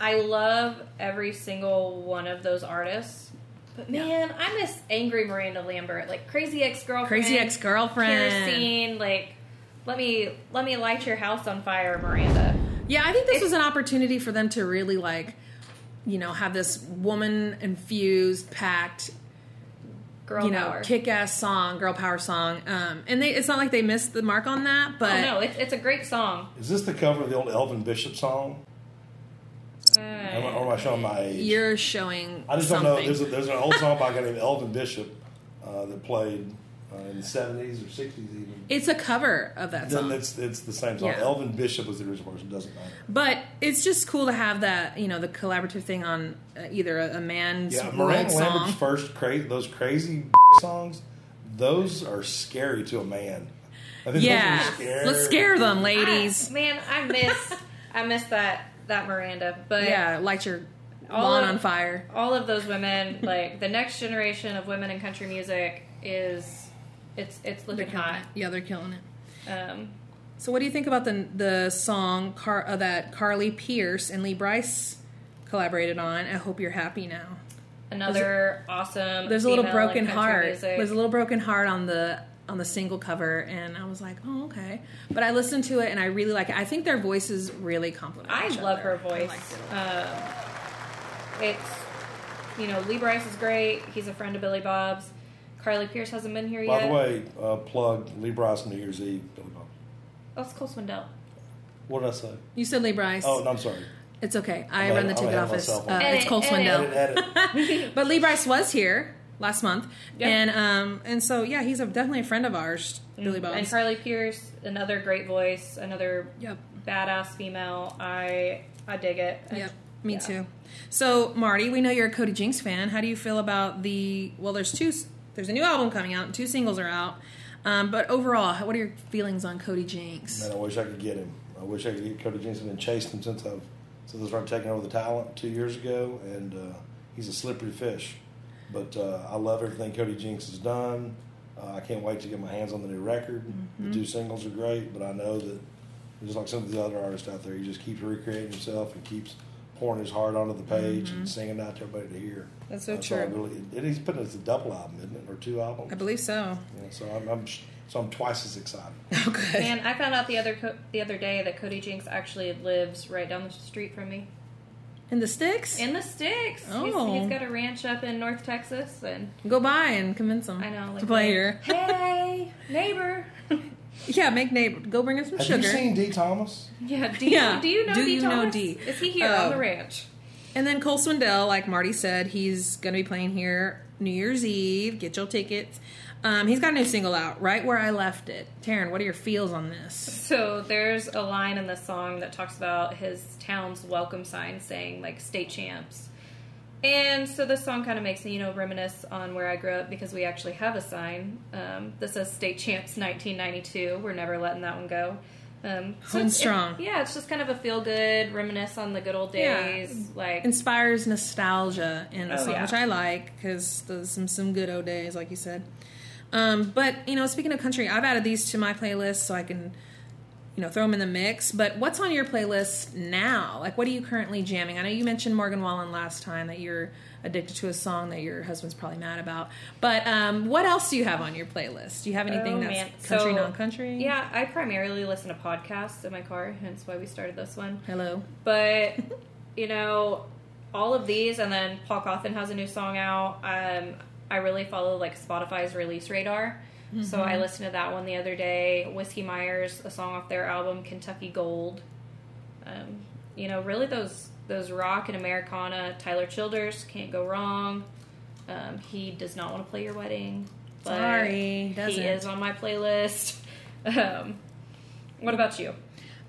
Speaker 1: I love every single one of those artists. But man, I miss angry Miranda Lambert, like crazy ex girlfriend,
Speaker 2: Crazy Ex-Girlfriend.
Speaker 1: kerosene. Like, let me let me light your house on fire, Miranda.
Speaker 2: Yeah, I think this was an opportunity for them to really like, you know, have this woman infused, packed,
Speaker 1: Girl
Speaker 2: you know,
Speaker 1: power.
Speaker 2: kick ass song, girl power song. Um, and they, it's not like they missed the mark on that, but
Speaker 1: oh no, it's it's a great song.
Speaker 3: Is this the cover of the old Elvin Bishop song? Am I, or am I showing my age?
Speaker 2: you're showing.
Speaker 3: I just
Speaker 2: something.
Speaker 3: don't know. There's, a, there's an old song by a guy named Elvin Bishop uh, that played uh, in the 70s or 60s even.
Speaker 2: it's a cover of that
Speaker 3: Then
Speaker 2: song,
Speaker 3: it's, it's the same song.
Speaker 2: Yeah.
Speaker 3: Elvin Bishop was the original person. Doesn't matter.
Speaker 2: but it's just cool to have that, you know, the collaborative thing on uh, either a, a man's
Speaker 3: Yeah,
Speaker 2: world
Speaker 3: Miranda
Speaker 2: song.
Speaker 3: Lambert's first crazy those crazy songs. Those are scary to a man. I think those
Speaker 2: yeah,
Speaker 3: are scary.
Speaker 2: let's scare them, ladies.
Speaker 1: I- man, I miss I miss that that Miranda. But
Speaker 2: yeah, light your
Speaker 1: All
Speaker 2: lawn
Speaker 1: of-
Speaker 2: on fire.
Speaker 1: all of those women, like the next generation of women in country music, is it's it's looking hot.
Speaker 2: Yeah, they're killing it.
Speaker 1: Um,
Speaker 2: So, what do you think about the the song Car- uh, that Carly Pierce and Lee Bryce collaborated on? I hope you're happy now.
Speaker 1: another awesome.
Speaker 2: There's a little
Speaker 1: female in
Speaker 2: broken
Speaker 1: country
Speaker 2: heart.
Speaker 1: music.
Speaker 2: There's a little broken heart on the on the single cover, and I was like, oh okay. But I listened to it and I really like it. I think their voices really complement.
Speaker 1: I
Speaker 2: each
Speaker 1: love
Speaker 2: other.
Speaker 1: her
Speaker 2: I
Speaker 1: voice.
Speaker 2: liked it a lot.
Speaker 1: Um, it's you know Lee Bryce is great. He's a friend of Billy Bob's. Carly Pierce hasn't been here
Speaker 3: By
Speaker 1: yet.
Speaker 3: the way, uh, plug Lee Bryce New Year's Eve. Billy Bob.
Speaker 1: that's Oh, Cole
Speaker 2: [laughs]
Speaker 1: Swindell. [laughs]
Speaker 3: What did I say?
Speaker 2: You said Lee Bryce.
Speaker 3: Oh, no, I'm sorry.
Speaker 2: It's okay. I
Speaker 3: I'm
Speaker 2: run the
Speaker 3: ahead- I'm
Speaker 2: ticket
Speaker 3: ahead of
Speaker 2: office.
Speaker 3: myself.
Speaker 2: Uh, it's
Speaker 1: Edit,
Speaker 2: Cole
Speaker 1: edit.
Speaker 3: I
Speaker 1: No.
Speaker 3: didn't
Speaker 2: Swindell.
Speaker 3: add it.
Speaker 2: but Lee Bryce was here last month,
Speaker 1: Yeah.
Speaker 2: and um, and so yeah, he's a, definitely a friend of ours, Billy
Speaker 1: Mm, And
Speaker 2: Bones.
Speaker 1: Carly Pierce, another great voice, another
Speaker 2: Yep.
Speaker 1: badass female. I I dig it. And-
Speaker 2: Yep. Me
Speaker 1: yeah.
Speaker 2: too. So Marty, we know you're a Cody Jinks fan. How do you feel about the? Well, there's two. s- There's a new album coming out, and two singles are out. Um, but overall, how- what are your feelings on Cody Jinks?
Speaker 3: Man, I wish I could get him. I wish I could get Cody Jensen and chased him since I've since I started taking over the talent two years ago, and uh, he's a slippery fish. But uh, I love everything Cody Jinks has done. Uh, I can't wait to get my hands on the new record. The two singles are great, but I know that just like some of the other artists out there, he just keeps recreating himself and keeps pouring his heart onto the page and singing out to everybody to hear.
Speaker 2: That's so
Speaker 3: I
Speaker 2: true.
Speaker 3: really, and he's putting it as a double album, isn't it, or two albums?
Speaker 2: I believe so.
Speaker 3: Yeah, so I'm, I'm so I'm twice as excited.
Speaker 2: [laughs] Oh, good.
Speaker 1: Man, I found out the other co- the other day that Cody Jinks actually lives right down the street from me
Speaker 2: And the sticks.
Speaker 1: in the sticks. He's-
Speaker 2: Oh.
Speaker 1: he's got a ranch up in North Texas, and
Speaker 2: Go by and convince them.
Speaker 1: I know like
Speaker 2: to play here.
Speaker 1: Hey, neighbor.
Speaker 2: [laughs] Yeah, make neighbor. Go bring us some
Speaker 3: Have
Speaker 2: sugar.
Speaker 3: you seen D. Thomas?
Speaker 1: [laughs] yeah. Do you,
Speaker 2: Yeah.
Speaker 1: do you know D.
Speaker 2: Do
Speaker 1: Um,
Speaker 2: you know
Speaker 1: Thomas?
Speaker 2: D?
Speaker 1: Is he here
Speaker 2: Oh.
Speaker 1: on the ranch?
Speaker 2: And then Cole Swindell, like Marty said, he's going to be playing here New Year's Eve. Get your tickets. Um, he's got a new single out, right where I left it. Taryn, what are your feels on this?
Speaker 1: So there's a line in the song that talks about his town's welcome sign saying like state champs. And so this song kind of makes me, you know, reminisce on where I grew up because we actually have a sign um, that says "State Champs 1992." We're never letting that one go. Um,
Speaker 2: Home
Speaker 1: it's-
Speaker 2: strong.
Speaker 1: it- yeah, it's just kind of a feel good, reminisce on the good old
Speaker 2: Yeah.
Speaker 1: days. Like,
Speaker 2: Inspires nostalgia in the
Speaker 1: Oh,
Speaker 2: song,
Speaker 1: yeah.
Speaker 2: which I like because there's some, some good old days, like you said. Um, but, you know, speaking of country, I've added these to my playlist so I can, you know, throw them in the mix. But what's on your playlist now? Like, what are you currently jamming? I know you mentioned Morgan Wallen last time that you're addicted to a song that your husband's probably mad about. But um, what else do you have on your playlist? Do you have anything
Speaker 1: Oh,
Speaker 2: that's
Speaker 1: man.
Speaker 2: country,
Speaker 1: So,
Speaker 2: non-country?
Speaker 1: yeah, I primarily listen to podcasts in my car, hence why we started this one.
Speaker 2: Hello. [laughs]
Speaker 1: But you know, all of these, and then Paul Cawthon has a new song out. Um, I really follow like Spotify's release radar, so
Speaker 2: Mm-hmm.
Speaker 1: I listened to that one the other day. Whiskey Myers, a song off their album Kentucky Gold. Um, you know, really those those rock and Americana. Tyler Childers can't go wrong. Um, he does not want to play your wedding. But
Speaker 2: Sorry, doesn't.
Speaker 1: he is on my playlist. [laughs] Um, what about you?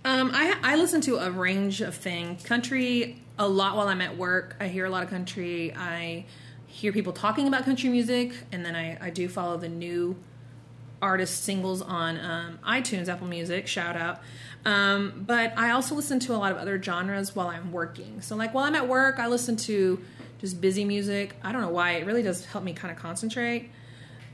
Speaker 2: Um, I I listen to a range of things. Country a lot while I'm at work. I hear a lot of country. I hear people talking about country music, and then I, I do follow the new artist singles on um, iTunes, Apple Music. Shout out. Um, but I also listen to a lot of other genres while I'm working. So like while I'm at work, I listen to just busy music. I don't know why. It really does help me kind of concentrate.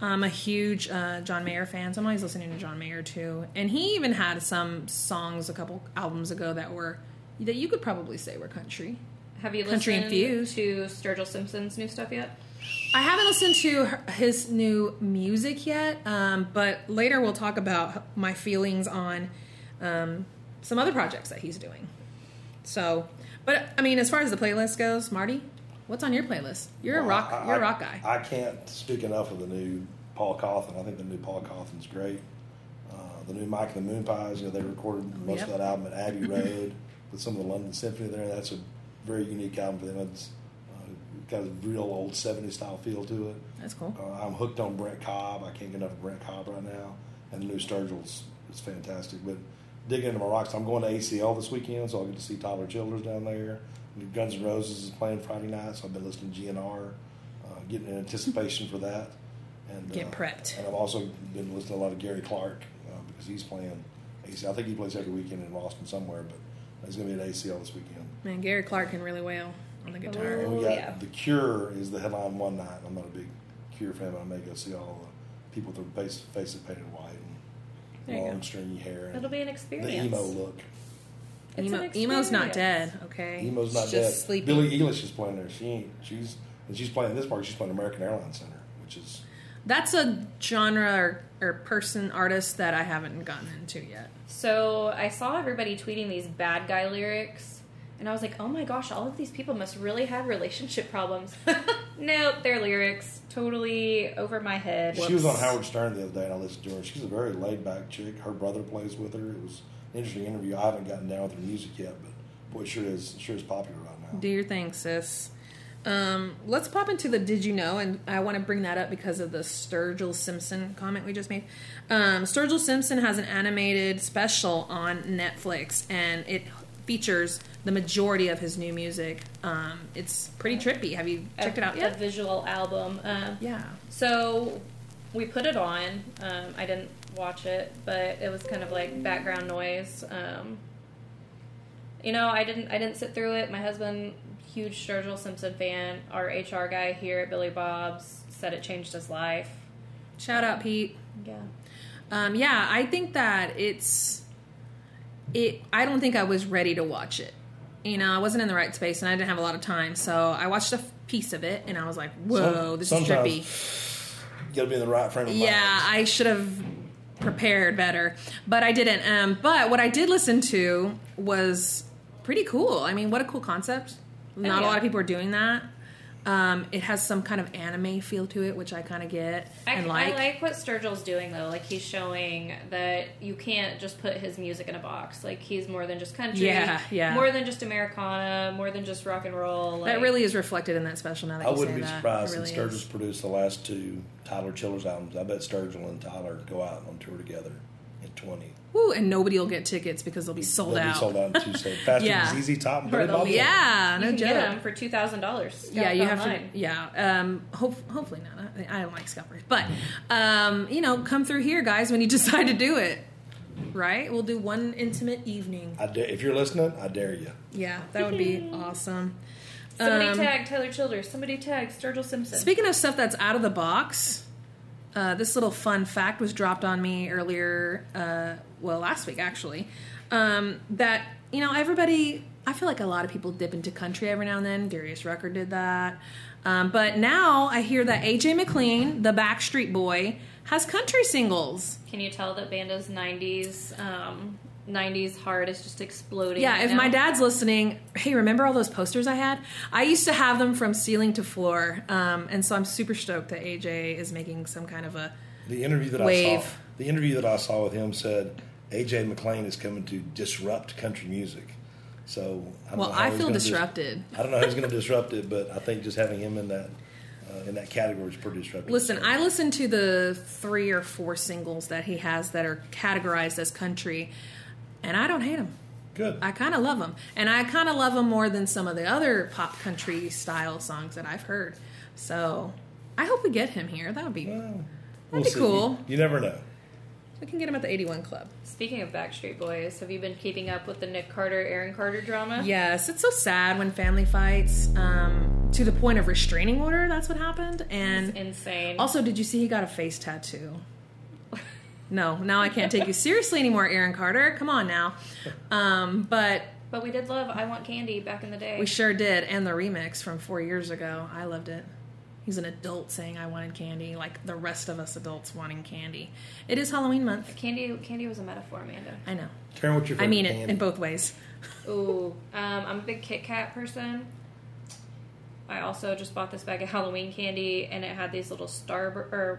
Speaker 2: I'm a huge uh, John Mayer fan, so I'm always listening to John Mayer too. And he even had some songs a couple albums ago that were that you could probably say were country.
Speaker 1: Have you
Speaker 2: Country
Speaker 1: listened
Speaker 2: infused.
Speaker 1: to Sturgill Simpson's new stuff yet?
Speaker 2: I haven't listened to her, his new music yet, um, but later we'll talk about my feelings on um, some other projects that he's doing. So, but I mean, as far as the playlist goes, Marty, what's on your playlist? You're a
Speaker 3: Well,
Speaker 2: rock,
Speaker 3: I-
Speaker 2: you're a
Speaker 3: I-
Speaker 2: rock guy.
Speaker 3: I can't speak enough of the new Paul Cawthon. I think the new Paul Cawthon's great. Uh, the new Mike and the Moon Pies. You know, they recorded most
Speaker 2: yep.
Speaker 3: of that album at Abbey
Speaker 2: [clears throat]
Speaker 3: Road with some of the London Symphony there. That's a very unique album for them. It's uh, got a real old '70s style feel to it.
Speaker 2: That's cool.
Speaker 3: Uh, I'm hooked on Brent Cobb. I can't get enough of Brent Cobb right now. And the new Sturgill's is fantastic. But digging into my rocks, I'm going to ACL this weekend, so I'll get to see Tyler Childers down there. Guns N' Roses is playing Friday night, so I've been listening to GNR, uh, getting in anticipation for that. And
Speaker 2: Get
Speaker 3: uh,
Speaker 2: prepped.
Speaker 3: And I've also been listening to a lot of Gary Clark uh, because he's playing ACL. I think he plays every weekend in Austin somewhere, but he's going to be at ACL this weekend.
Speaker 2: Man, Gary Clark can really wail on the
Speaker 1: Oh,
Speaker 2: guitar.
Speaker 3: And we got
Speaker 1: yeah.
Speaker 3: The Cure is the headline one night. I'm not a big Cure fan, but I may go see all the people with their face faces painted white
Speaker 2: There
Speaker 3: and
Speaker 2: you go.
Speaker 3: long stringy hair and
Speaker 1: It'll be an
Speaker 3: the
Speaker 1: experience.
Speaker 3: emo look.
Speaker 1: It's
Speaker 2: Emo,
Speaker 1: an
Speaker 2: emo's not
Speaker 1: experience.
Speaker 2: dead, okay?
Speaker 3: Emo's not
Speaker 2: She's
Speaker 3: dead.
Speaker 2: Just sleeping.
Speaker 3: Billie Eilish is playing there. She ain't. She's and she's playing this part. She's playing American Airlines Center, which is
Speaker 2: That's a genre or, or person artist that I haven't gotten into yet.
Speaker 1: So I saw everybody tweeting these bad
Speaker 2: [laughs]
Speaker 1: guy lyrics, and I was like, oh my gosh, all of these people must really have relationship problems. Nope, their lyrics totally over my head.
Speaker 3: She was on
Speaker 2: Whoops.
Speaker 3: Howard Stern the other day, and I listened to her. She's a very laid back chick. Her brother plays with her. It was an interesting interview. I haven't gotten down with her music yet, but boy, it sure is it sure is popular right now.
Speaker 2: Do your thing, sis. Um, let's pop into the did you know, and I want to bring that up because of the Sturgill Simpson comment we just made. Um, Sturgill Simpson has an animated special on Netflix, and it features the majority of his new music. Um, it's pretty trippy. Have you
Speaker 1: A-
Speaker 2: checked it out
Speaker 1: a
Speaker 2: yet?
Speaker 1: visual album. Um,
Speaker 2: Yeah.
Speaker 1: So we put it on. Um, I didn't watch it, but it was kind of like background noise. Um, you know, I didn't I didn't sit through it. My husband, huge Sturgill Simpson fan, our HR guy here at Billy Bob's, said it changed his life.
Speaker 2: Shout out, Pete.
Speaker 1: Yeah.
Speaker 2: Um, yeah, I think that it's it. I don't think I was ready to watch it. You know, I wasn't in the right space, and I didn't have a lot of time. So I watched a f- piece of it, and I was like, "Whoa,
Speaker 3: Some-
Speaker 2: this is
Speaker 3: sometimes-
Speaker 2: trippy."
Speaker 3: You got to be in the right frame of mind.
Speaker 2: Yeah, I should have prepared better, but I didn't. Um, but what I did listen to was pretty cool. I mean, what a cool concept! Not a
Speaker 1: Oh, yeah.
Speaker 2: lot of people are doing that. Um, it has some kind of anime feel to it, which I kind of get
Speaker 1: I,
Speaker 2: and
Speaker 1: I like what Sturgill's doing though. Like he's showing that you can't just put his music in a box. Like he's more than just country.
Speaker 2: Yeah, yeah.
Speaker 1: More than just Americana. More than just rock and roll. Like,
Speaker 2: That really is reflected in that special. Now that
Speaker 3: I
Speaker 2: you
Speaker 3: wouldn't
Speaker 2: say
Speaker 3: be
Speaker 2: that.
Speaker 3: surprised
Speaker 2: It
Speaker 3: if
Speaker 2: really
Speaker 3: Sturgis
Speaker 2: is.
Speaker 3: produced the last two Tyler Childers albums. I bet Sturgill and Tyler go out on tour together in 20.
Speaker 2: Woo, and nobody will get tickets because they'll be sold
Speaker 3: They'll
Speaker 2: out.
Speaker 3: be sold out
Speaker 2: [laughs]
Speaker 3: in Tuesday. Faster
Speaker 2: Yeah.
Speaker 3: than ZZ Top and
Speaker 1: Or
Speaker 3: Billy
Speaker 1: they'll
Speaker 3: Bob
Speaker 1: be-
Speaker 3: Thornton.
Speaker 2: Yeah,
Speaker 1: You
Speaker 2: no
Speaker 1: can
Speaker 2: joke.
Speaker 1: get them for two thousand dollars.
Speaker 2: yeah, you have to. Yeah, um, hope, hopefully not. I, I don't like scalpers, but um, you know, come through here, guys, when you [laughs] decide to do it. Right, we'll do one intimate evening.
Speaker 3: I dare, if you're listening, I dare you.
Speaker 2: Yeah, that
Speaker 1: [laughs]
Speaker 2: would be awesome.
Speaker 1: Somebody
Speaker 2: Um,
Speaker 1: tag Tyler Childers. Somebody tag Sturgill Simpson.
Speaker 2: Speaking of stuff that's out of the box, uh, this little fun fact was dropped on me earlier, uh, well, last week actually, um, that, you know, everybody, I feel like a lot of people dip into country every now and then. Darius Rucker did that. Um, but now I hear that AJ McLean, the Backstreet Boy, has country singles.
Speaker 1: Can you tell that Banda's '90s um, '90s heart is just exploding?
Speaker 2: Yeah,
Speaker 1: right
Speaker 2: if
Speaker 1: now?
Speaker 2: my dad's listening, hey, remember all those posters I had? I used to have them from ceiling to floor. Um, and so I'm super stoked that AJ is making some kind of a
Speaker 3: The interview that I saw,
Speaker 2: Wave.
Speaker 3: the interview that I saw with him said AJ McLean is coming to disrupt country music. So I don't
Speaker 2: Well,
Speaker 3: know how
Speaker 2: I
Speaker 3: he's
Speaker 2: feel
Speaker 3: gonna dis-
Speaker 2: disrupted.
Speaker 3: I don't know who's going to disrupt it, but I think just having him in that uh, in that category is pretty disruptive.
Speaker 2: Listen, I listened to the three or four singles that he has that are categorized as country, and I don't hate them.
Speaker 3: good.
Speaker 2: I kind of love them, and I kind of love them more than some of the other pop country style songs that I've heard. So, I hope we get him here. That would be
Speaker 3: Well,
Speaker 2: That'd be
Speaker 3: see.
Speaker 2: cool.
Speaker 3: You, you never know.
Speaker 2: we can get him at the eighty one club.
Speaker 1: Speaking of Backstreet Boys, have you been keeping up with the Nick Carter, Aaron Carter drama?
Speaker 2: Yes, it's so sad when family fights um, to the point of restraining order. That's what happened, and
Speaker 1: It's insane.
Speaker 2: Also, did you see he got a face tattoo? No, now I can't take you seriously anymore, Aaron Carter. Come on now. Um, but
Speaker 1: but we did love "I Want Candy" back in the day.
Speaker 2: we sure did, and the remix from four years ago. I loved it. He's an adult saying I wanted candy, like the rest of us adults wanting candy. It is Halloween month.
Speaker 1: candy, candy was a metaphor, Amanda.
Speaker 2: I know.
Speaker 3: Karen, what's your favorite
Speaker 2: I mean it
Speaker 3: candy?
Speaker 2: in both ways.
Speaker 1: Ooh, um, I'm a big Kit Kat person. I also just bought this bag of Halloween candy, and it had these little star or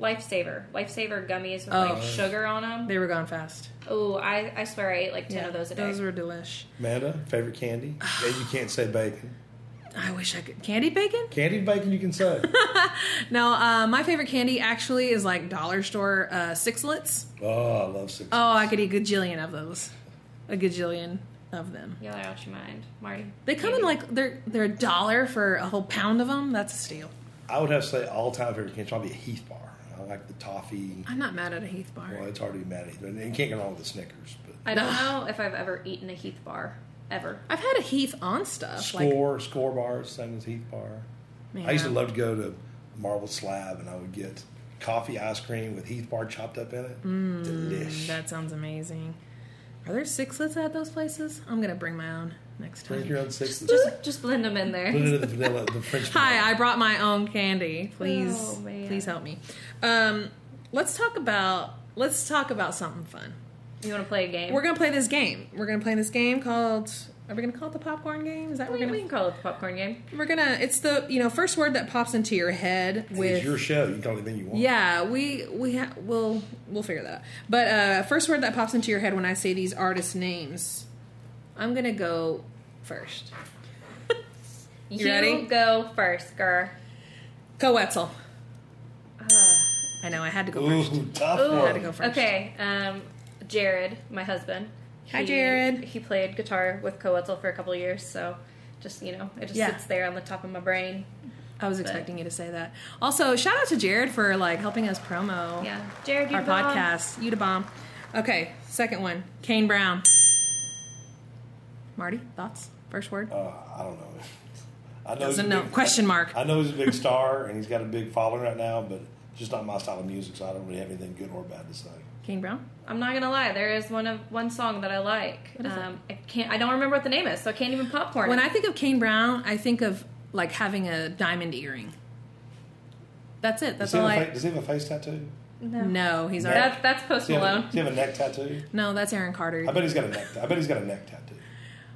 Speaker 1: lifesaver, lifesaver gummies with
Speaker 2: Oh.
Speaker 1: like sugar on them.
Speaker 2: They were gone fast.
Speaker 1: Ooh, I, I swear I ate like ten of those a day.
Speaker 2: Those were delish.
Speaker 3: Amanda, favorite candy? Yeah, you can't say bacon.
Speaker 2: I wish I could. Candy bacon?
Speaker 3: Candy bacon you
Speaker 2: [laughs]
Speaker 3: can say.
Speaker 2: No, uh, my favorite candy actually is like dollar store uh, sixlets.
Speaker 3: oh, I love six.
Speaker 2: Oh, I could eat a gajillion of those. A gajillion of them.
Speaker 1: Yell it out your mind, Marty.
Speaker 2: They come in like they're they're a dollar for a whole pound of them. That's a steal.
Speaker 3: I would have to say all time favorite candy probably a Heath bar. I like the toffee.
Speaker 2: I'm not mad at a Heath bar.
Speaker 3: Well, it's hard to be mad at either. And you can't go wrong with the Snickers. But
Speaker 1: I don't know if I've ever eaten a Heath bar ever.
Speaker 2: I've had a Heath on stuff. Like,
Speaker 3: Score, score bars, same as Heath Bar.
Speaker 2: man,
Speaker 3: I used to love to go to Marble Slab and I would get coffee ice cream with Heath Bar chopped up in it.
Speaker 2: Mm,
Speaker 3: Delish.
Speaker 2: That sounds amazing. Are there sixlets at those places? I'm gonna bring my own next
Speaker 3: Drink
Speaker 2: time.
Speaker 3: your own sixes.
Speaker 1: Just just blend them in
Speaker 3: Put it
Speaker 1: there.
Speaker 3: in the vanilla, the French vanilla.
Speaker 2: Hi, I brought my own candy. Please,
Speaker 1: Oh, man.
Speaker 2: please help me. Um, let's talk about let's talk about something fun.
Speaker 1: You want to play a game?
Speaker 2: We're gonna play this game. We're gonna play this game called Are we gonna call it the popcorn game? Is that what
Speaker 1: We,
Speaker 2: we're
Speaker 1: we
Speaker 2: gonna
Speaker 1: can call it the popcorn game.
Speaker 2: we're gonna? It's the you know first word that pops into your head with
Speaker 3: it's your show. You can call it anything you want.
Speaker 2: Yeah, we we ha- we'll we'll figure that out. But uh, first word that pops into your head when I say these artist names, I'm gonna go first. You ready?
Speaker 1: go first, Gur.
Speaker 2: Coetzel.
Speaker 1: Ah.
Speaker 2: I know I had to go first.
Speaker 3: Ooh, tough
Speaker 1: Ooh,
Speaker 2: to
Speaker 3: one.
Speaker 2: go first.
Speaker 1: Okay, um, Jared, my husband.
Speaker 2: Hi, Jared.
Speaker 1: He played guitar with Coetzel for a couple years, so just you know, it just
Speaker 2: Yeah.
Speaker 1: sits there on the top of my brain.
Speaker 2: I was expecting you to say that. Also, shout out to Jared for like helping us promo
Speaker 1: Yeah, Jared, you
Speaker 2: our
Speaker 1: bomb.
Speaker 2: podcast. You to bomb. Okay, second one, Kane Brown. Marty, thoughts? First word?
Speaker 3: Uh, I don't know. I know he's
Speaker 2: Doesn't
Speaker 3: a
Speaker 2: know.
Speaker 3: big-
Speaker 2: Question mark.
Speaker 3: Uh, I know he's a big star and he's got a big following right now, but it's just not my style of music, so I don't really have anything good or bad to say.
Speaker 2: Kane Brown.
Speaker 1: I'm not gonna lie, there is one of one song that I like.
Speaker 2: What is it?
Speaker 1: um, I can't. I don't remember what the name is, so I can't even popcorn.
Speaker 2: When
Speaker 1: it.
Speaker 2: I think of Kane Brown, I think of like having a diamond earring. That's it. That's
Speaker 3: does, he
Speaker 2: all
Speaker 3: have a
Speaker 2: I.
Speaker 3: fa- does he have a face tattoo?
Speaker 1: no.
Speaker 2: No, he's
Speaker 3: No.
Speaker 2: already.
Speaker 1: That's that's Post
Speaker 3: Does he, have a,
Speaker 1: Malone.
Speaker 3: does he have a neck tattoo?
Speaker 2: No, that's Aaron Carter.
Speaker 3: I bet he's got a neck. I bet he's got a neck tattoo.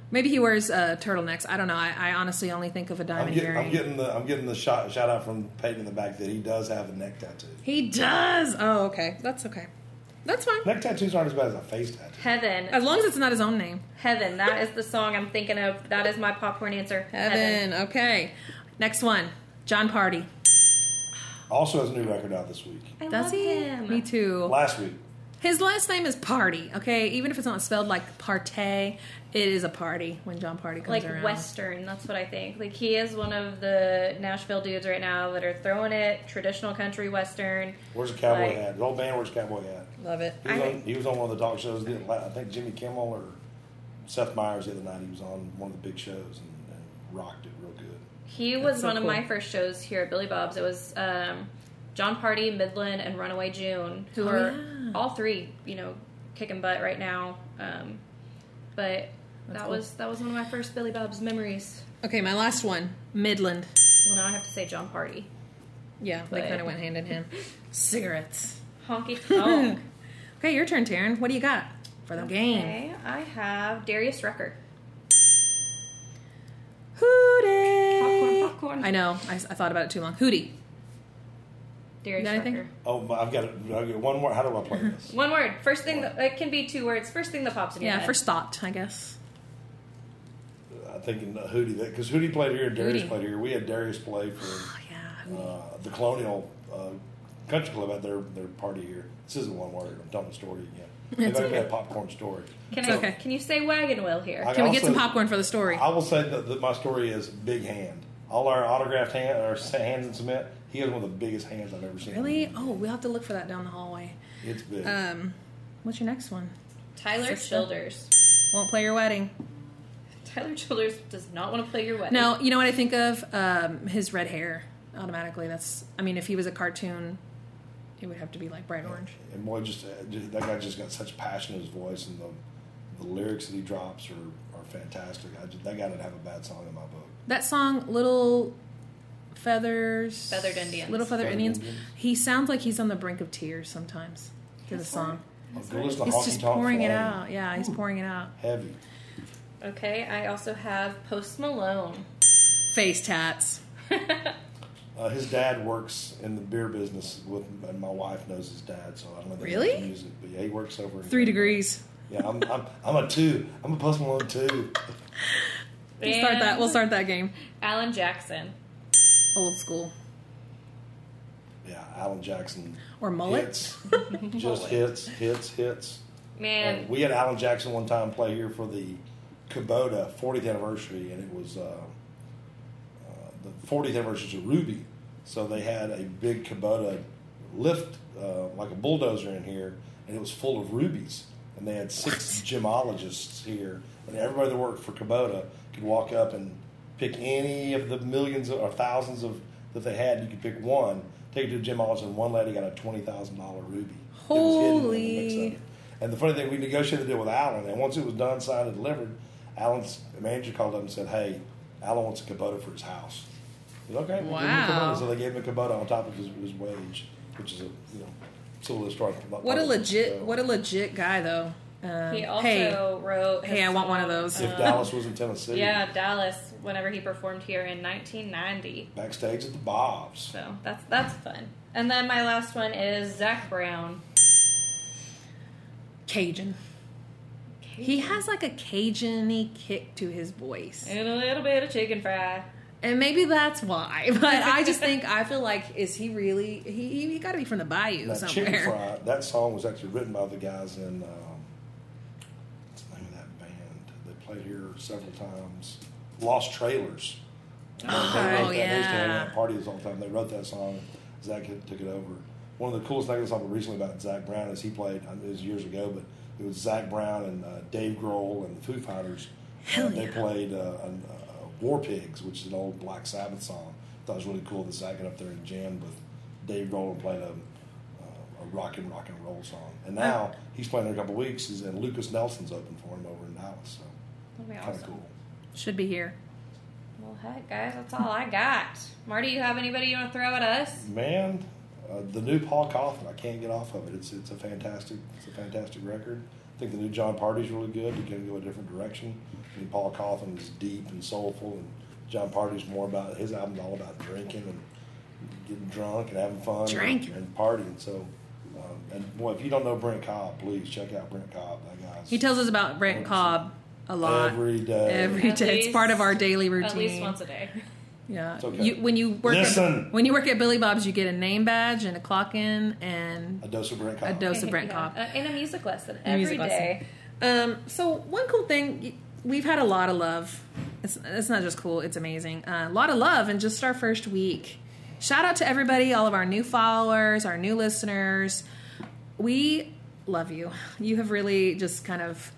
Speaker 2: Maybe he wears uh, turtlenecks. I don't know. I, I honestly only think of a
Speaker 3: I'm,
Speaker 2: diamond
Speaker 3: get,
Speaker 2: earring.
Speaker 3: I'm getting the I'm getting the shot, shout out from Peyton in the back that he does have a neck tattoo.
Speaker 2: he does. Oh, okay. That's okay. That's fine.
Speaker 3: Neck tattoos aren't as bad as a face tattoo.
Speaker 1: Heaven,
Speaker 2: As long as it's not his own name.
Speaker 1: heaven. That is the song I'm thinking of. That is my popcorn answer.
Speaker 2: Heaven. Okay. Next one. John Party.
Speaker 3: Also has a new record out this week.
Speaker 1: I
Speaker 2: Does
Speaker 1: love
Speaker 2: he?
Speaker 1: Him.
Speaker 2: Me too.
Speaker 3: Last week,
Speaker 2: His last name is Party. Okay, even if it's not spelled like Partey, it is a party when John Party comes
Speaker 1: like
Speaker 2: around.
Speaker 1: western that's what i think like he is one of the nashville dudes right now that are throwing it traditional country western
Speaker 3: where's the cowboy
Speaker 1: Right.
Speaker 3: hat? His old band wears a cowboy hat.
Speaker 2: Love it.
Speaker 3: He was,
Speaker 1: I
Speaker 3: on,
Speaker 1: think-
Speaker 3: he was on one of the talk shows. The, other- I think Jimmy Kimmel or Seth Meyers the other night. He was on one of the big shows and, and rocked it real good.
Speaker 1: he was
Speaker 2: That's so
Speaker 1: one of
Speaker 2: cool.
Speaker 1: my first shows here at billy bob's it was um, john party midland and runaway june who
Speaker 2: Oh,
Speaker 1: are
Speaker 2: yeah.
Speaker 1: all three you know kicking butt right now um, but
Speaker 2: That's
Speaker 1: that
Speaker 2: cool.
Speaker 1: was that was one of my first billy bob's memories
Speaker 2: Okay, my last one, Midland.
Speaker 1: well now i have to say john party
Speaker 2: Yeah, they
Speaker 1: But-
Speaker 2: kind of went hand in hand. Cigarettes.
Speaker 1: [laughs] honky tonk
Speaker 2: [laughs] Okay, your turn, Taryn. What do you got for the game?
Speaker 1: okay i have darius rucker
Speaker 2: Hootie.
Speaker 1: Popcorn, popcorn.
Speaker 2: I know. I, I thought about it too long. Hootie.
Speaker 1: darius
Speaker 2: got anything?
Speaker 1: rucker
Speaker 3: Oh, my, I've got I've got one more. How do I play
Speaker 2: [laughs]
Speaker 3: this?
Speaker 1: One word. First thing that it can be two words. First thing that pops in your
Speaker 2: Yeah,
Speaker 1: head.
Speaker 2: first thought, I guess.
Speaker 3: I think in uh, Hootie that because Hootie played here and Darius
Speaker 2: Hootie.
Speaker 3: played here. We had Darius play for
Speaker 2: Oh, yeah.
Speaker 3: uh, the Colonial uh, Country Club at their their party here. This isn't one word. I'm telling a story
Speaker 2: [laughs]
Speaker 3: again. They've
Speaker 2: It's
Speaker 3: got
Speaker 2: okay.
Speaker 3: a popcorn story.
Speaker 1: Can
Speaker 2: It's
Speaker 1: I?
Speaker 2: okay.
Speaker 1: Can you say wagon wheel here?
Speaker 3: I
Speaker 2: Can we get
Speaker 3: also-
Speaker 2: some popcorn for the story?
Speaker 3: I will say that, that my story is big hand. All our autographed hand, our sa- hands in cement. He has one of the biggest hands I've ever seen.
Speaker 2: Really? Oh, we'll have to look for that down the hallway.
Speaker 3: It's big.
Speaker 2: Um, what's your next one?
Speaker 1: Tyler
Speaker 2: Sister.
Speaker 1: Childers.
Speaker 2: Won't play your wedding.
Speaker 1: Tyler Childers does not want to play your wedding.
Speaker 2: No, you know what I think of? Um, his red hair. Automatically, that's. I mean, if he was a cartoon, it would have to be like bright orange.
Speaker 3: And boy, just, uh, just that guy just got such passion in his voice, and the, the lyrics that he drops are, are fantastic. I just, that guy didn't have a bad song in my book.
Speaker 2: That song, Little Feathers.
Speaker 1: Feathered Indians.
Speaker 2: Little Feathered
Speaker 3: Feathered
Speaker 2: Indians.
Speaker 3: Indians.
Speaker 2: He sounds like he's on the brink of tears sometimes to the song.
Speaker 3: Go listen to
Speaker 2: He's
Speaker 3: Honky
Speaker 2: just
Speaker 3: Tonk
Speaker 2: pouring it
Speaker 3: Flame.
Speaker 2: out. Yeah, he's pouring it out.
Speaker 3: Heavy.
Speaker 1: Okay. I also have Post Malone. [laughs]
Speaker 2: Face tats.
Speaker 3: Uh, his dad works in the beer business with, and my wife knows his dad, so I don't know. if they
Speaker 2: Really?
Speaker 3: make Music, but yeah, he works over. in-
Speaker 2: Three degrees.
Speaker 3: Yeah, I'm, I'm, I'm a two. I'm a post Malone two.
Speaker 2: We'll start that. We'll
Speaker 1: And
Speaker 2: start that game.
Speaker 1: Alan Jackson.
Speaker 2: Old school.
Speaker 3: Yeah, Alan Jackson.
Speaker 2: Or mullet.
Speaker 3: Hits.
Speaker 2: [laughs]
Speaker 3: Just hits, hits, hits.
Speaker 1: Man,
Speaker 3: Like, we had Alan Jackson one time play here for the Kubota 40th anniversary, and it was uh, uh, the 40th anniversary of Ruby. So they had a big Kubota lift, uh, like a bulldozer, in here, and it was full of rubies. And they had six gemologists here, and everybody that worked for Kubota could walk up and pick any of the millions or thousands of that they had. You could pick one, take it to a gemologist, and one lady got a twenty thousand dollar ruby. that was hidden in the mix of
Speaker 2: Holy.
Speaker 3: it. And the funny thing, we negotiated the deal with Allen, and once it was done, signed, and delivered, Allen's manager called up and said, "Hey, Allen wants a Kubota for his house." He said, okay, we'll give him a
Speaker 2: Wow.
Speaker 3: Kubota. So they gave him a Kubota on top of his, his wage, which is a you know, civil historic.
Speaker 2: What a legit. What a legit guy though. Um,
Speaker 1: He also
Speaker 2: hey,
Speaker 1: wrote. his
Speaker 2: hey, I want one of
Speaker 1: song,
Speaker 2: those.
Speaker 3: Oh, If
Speaker 1: um,
Speaker 3: Dallas was in Tennessee,
Speaker 1: Yeah, Dallas. Whenever he performed here in 1990,
Speaker 3: backstage at the Bob's.
Speaker 1: so that's that's fun. And then my last one is Zach Brown.
Speaker 2: Cajun. He has like a Cajun-y kick to his voice.
Speaker 1: and a little bit of chicken fry.
Speaker 2: And maybe that's why. [laughs] But I just think I feel like is he really he he, got to be from the bayou
Speaker 3: Now, Chicken
Speaker 2: somewhere.
Speaker 3: Fry, that song was actually written by the guys in, um, what's the name of that band? They played here several times. Lost Trailers. Oh,
Speaker 2: [laughs] Oh, yeah.
Speaker 3: parties all the time. They wrote that song. Zach had- took it over. One of the coolest things I saw recently about Zach Brown is he played, I mean, it was years ago, but it was Zach Brown and uh, Dave Grohl and the Foo Fighters.
Speaker 2: Hell
Speaker 3: Uh, They
Speaker 2: yeah.
Speaker 3: played uh, an, uh, War Pigs, which is an old Black Sabbath song. Thought it was really cool that Zach got up there and jammed with Dave Grohl and played a, uh, a rock and rock and roll song. And now he's playing in a couple of weeks, is- and Lucas Nelson's open for him over in Dallas. So
Speaker 1: That'll be
Speaker 3: kind of
Speaker 1: awesome.
Speaker 3: cool.
Speaker 2: Should be here.
Speaker 1: Well, heck, guys, that's all I got. Marty, you have anybody you want to throw at us?
Speaker 3: Man, uh, the new Paul Kaufman, I can't get off of it. It's it's a fantastic it's a fantastic record. I think the new John Party's really good. You can go a different direction. I mean, Paul Kaufman is deep and soulful, and John Party's more about his album's all about drinking and getting drunk and having fun
Speaker 2: Drinking.
Speaker 3: and, partying. So, um, and boy, if you don't know Brent Cobb, please check out Brent Cobb. That guy's
Speaker 2: He tells us about Brent Cobb a lot
Speaker 3: every day.
Speaker 2: Every
Speaker 1: At
Speaker 2: day. it's part of our daily routine.
Speaker 1: At least once a day.
Speaker 2: Yeah.
Speaker 3: It's okay.
Speaker 2: You, when you work
Speaker 3: Listen.
Speaker 2: At, when you work at Billy Bob's, you get a name badge and a clock in and
Speaker 3: a dose of Brent
Speaker 2: a
Speaker 3: Cobb.
Speaker 2: dose of
Speaker 1: [laughs]
Speaker 2: Brent
Speaker 1: Yeah.
Speaker 2: Cobb.
Speaker 1: Uh, and a music lesson
Speaker 2: And a
Speaker 1: every day.
Speaker 2: music Um, so one cool thing y- we've had a lot of love. It's it's not just cool; it's amazing. Uh, a lot of love in just our first week. Shout out to everybody, all of our new followers, our new listeners. We love you. You have really just kind of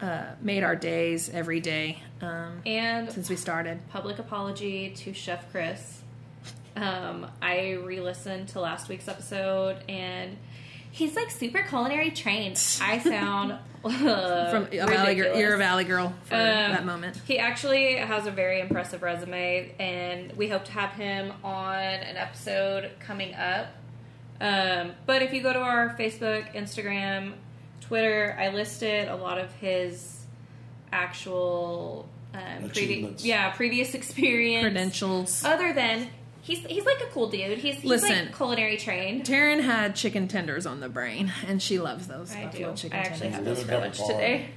Speaker 2: uh, made our days every day um,
Speaker 1: And
Speaker 2: since we started.
Speaker 1: public apology to Chef Chris. Um, I re listened to last week's episode and he's like super culinary trained. I sound uh,
Speaker 2: From oh, a valley girl,
Speaker 1: ridiculous.
Speaker 2: you're a valley girl for
Speaker 1: Um,
Speaker 2: that moment.
Speaker 1: He actually has a very impressive resume, and we hope to have him on an episode coming up. Um, but if you go to our Facebook, Instagram, Twitter, I listed a lot of his actual um, previ-
Speaker 3: Achievements.
Speaker 1: yeah previous experience
Speaker 2: Credentials.
Speaker 1: Other than he's he's like a cool dude. He's, he's
Speaker 2: Listen.
Speaker 1: like culinary trained.
Speaker 2: Taryn had chicken tenders on the brain, and she loves those
Speaker 1: I do.
Speaker 2: buffalo
Speaker 1: I
Speaker 2: chicken
Speaker 1: actually
Speaker 2: tenders.
Speaker 1: have those for lunch today.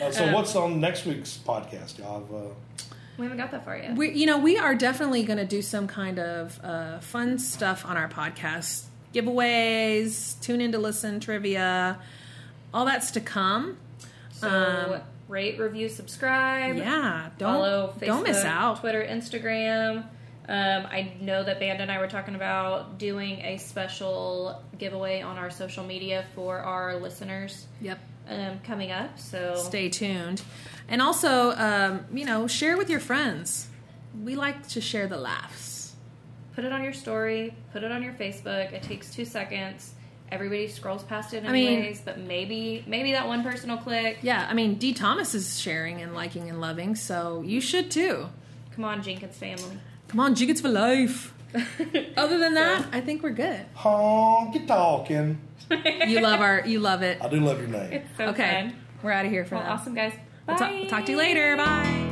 Speaker 3: Uh, so, what's on next week's podcast, y'all? Have, uh,
Speaker 1: We haven't got that far yet.
Speaker 2: We, you know, we are definitely going to do some kind of uh, fun stuff on our podcast. Giveaways, tune in to listen, trivia, all that's to come.
Speaker 1: so
Speaker 2: um,
Speaker 1: rate, review, subscribe.
Speaker 2: Yeah, don't
Speaker 1: follow Facebook,
Speaker 2: don't miss out.
Speaker 1: Twitter, Instagram. Um, I know that Band and I were talking about doing a special giveaway on our social media for our listeners
Speaker 2: Yep,
Speaker 1: um, coming up. So
Speaker 2: stay tuned, and also, um, you know, share with your friends. We like to share the laughs.
Speaker 1: put it on your story, put it on your Facebook. It takes two seconds. Everybody scrolls past it
Speaker 2: I mean-
Speaker 1: anyways, but maybe maybe that one person will click.
Speaker 2: Yeah, I mean, D. Thomas is sharing and liking and loving, so you should too.
Speaker 1: Come on, Jenkins family.
Speaker 2: Come on, Jiggets for life. [laughs] Other than that, I think we're good.
Speaker 3: honky talking.
Speaker 2: You love our, you love it.
Speaker 3: I do love your name.
Speaker 1: [laughs] So
Speaker 2: okay,
Speaker 1: fun.
Speaker 2: we're out of here for
Speaker 1: Well,
Speaker 2: now.
Speaker 1: awesome guys.
Speaker 2: We'll ta-
Speaker 1: Bye.
Speaker 2: talk to you later. Bye.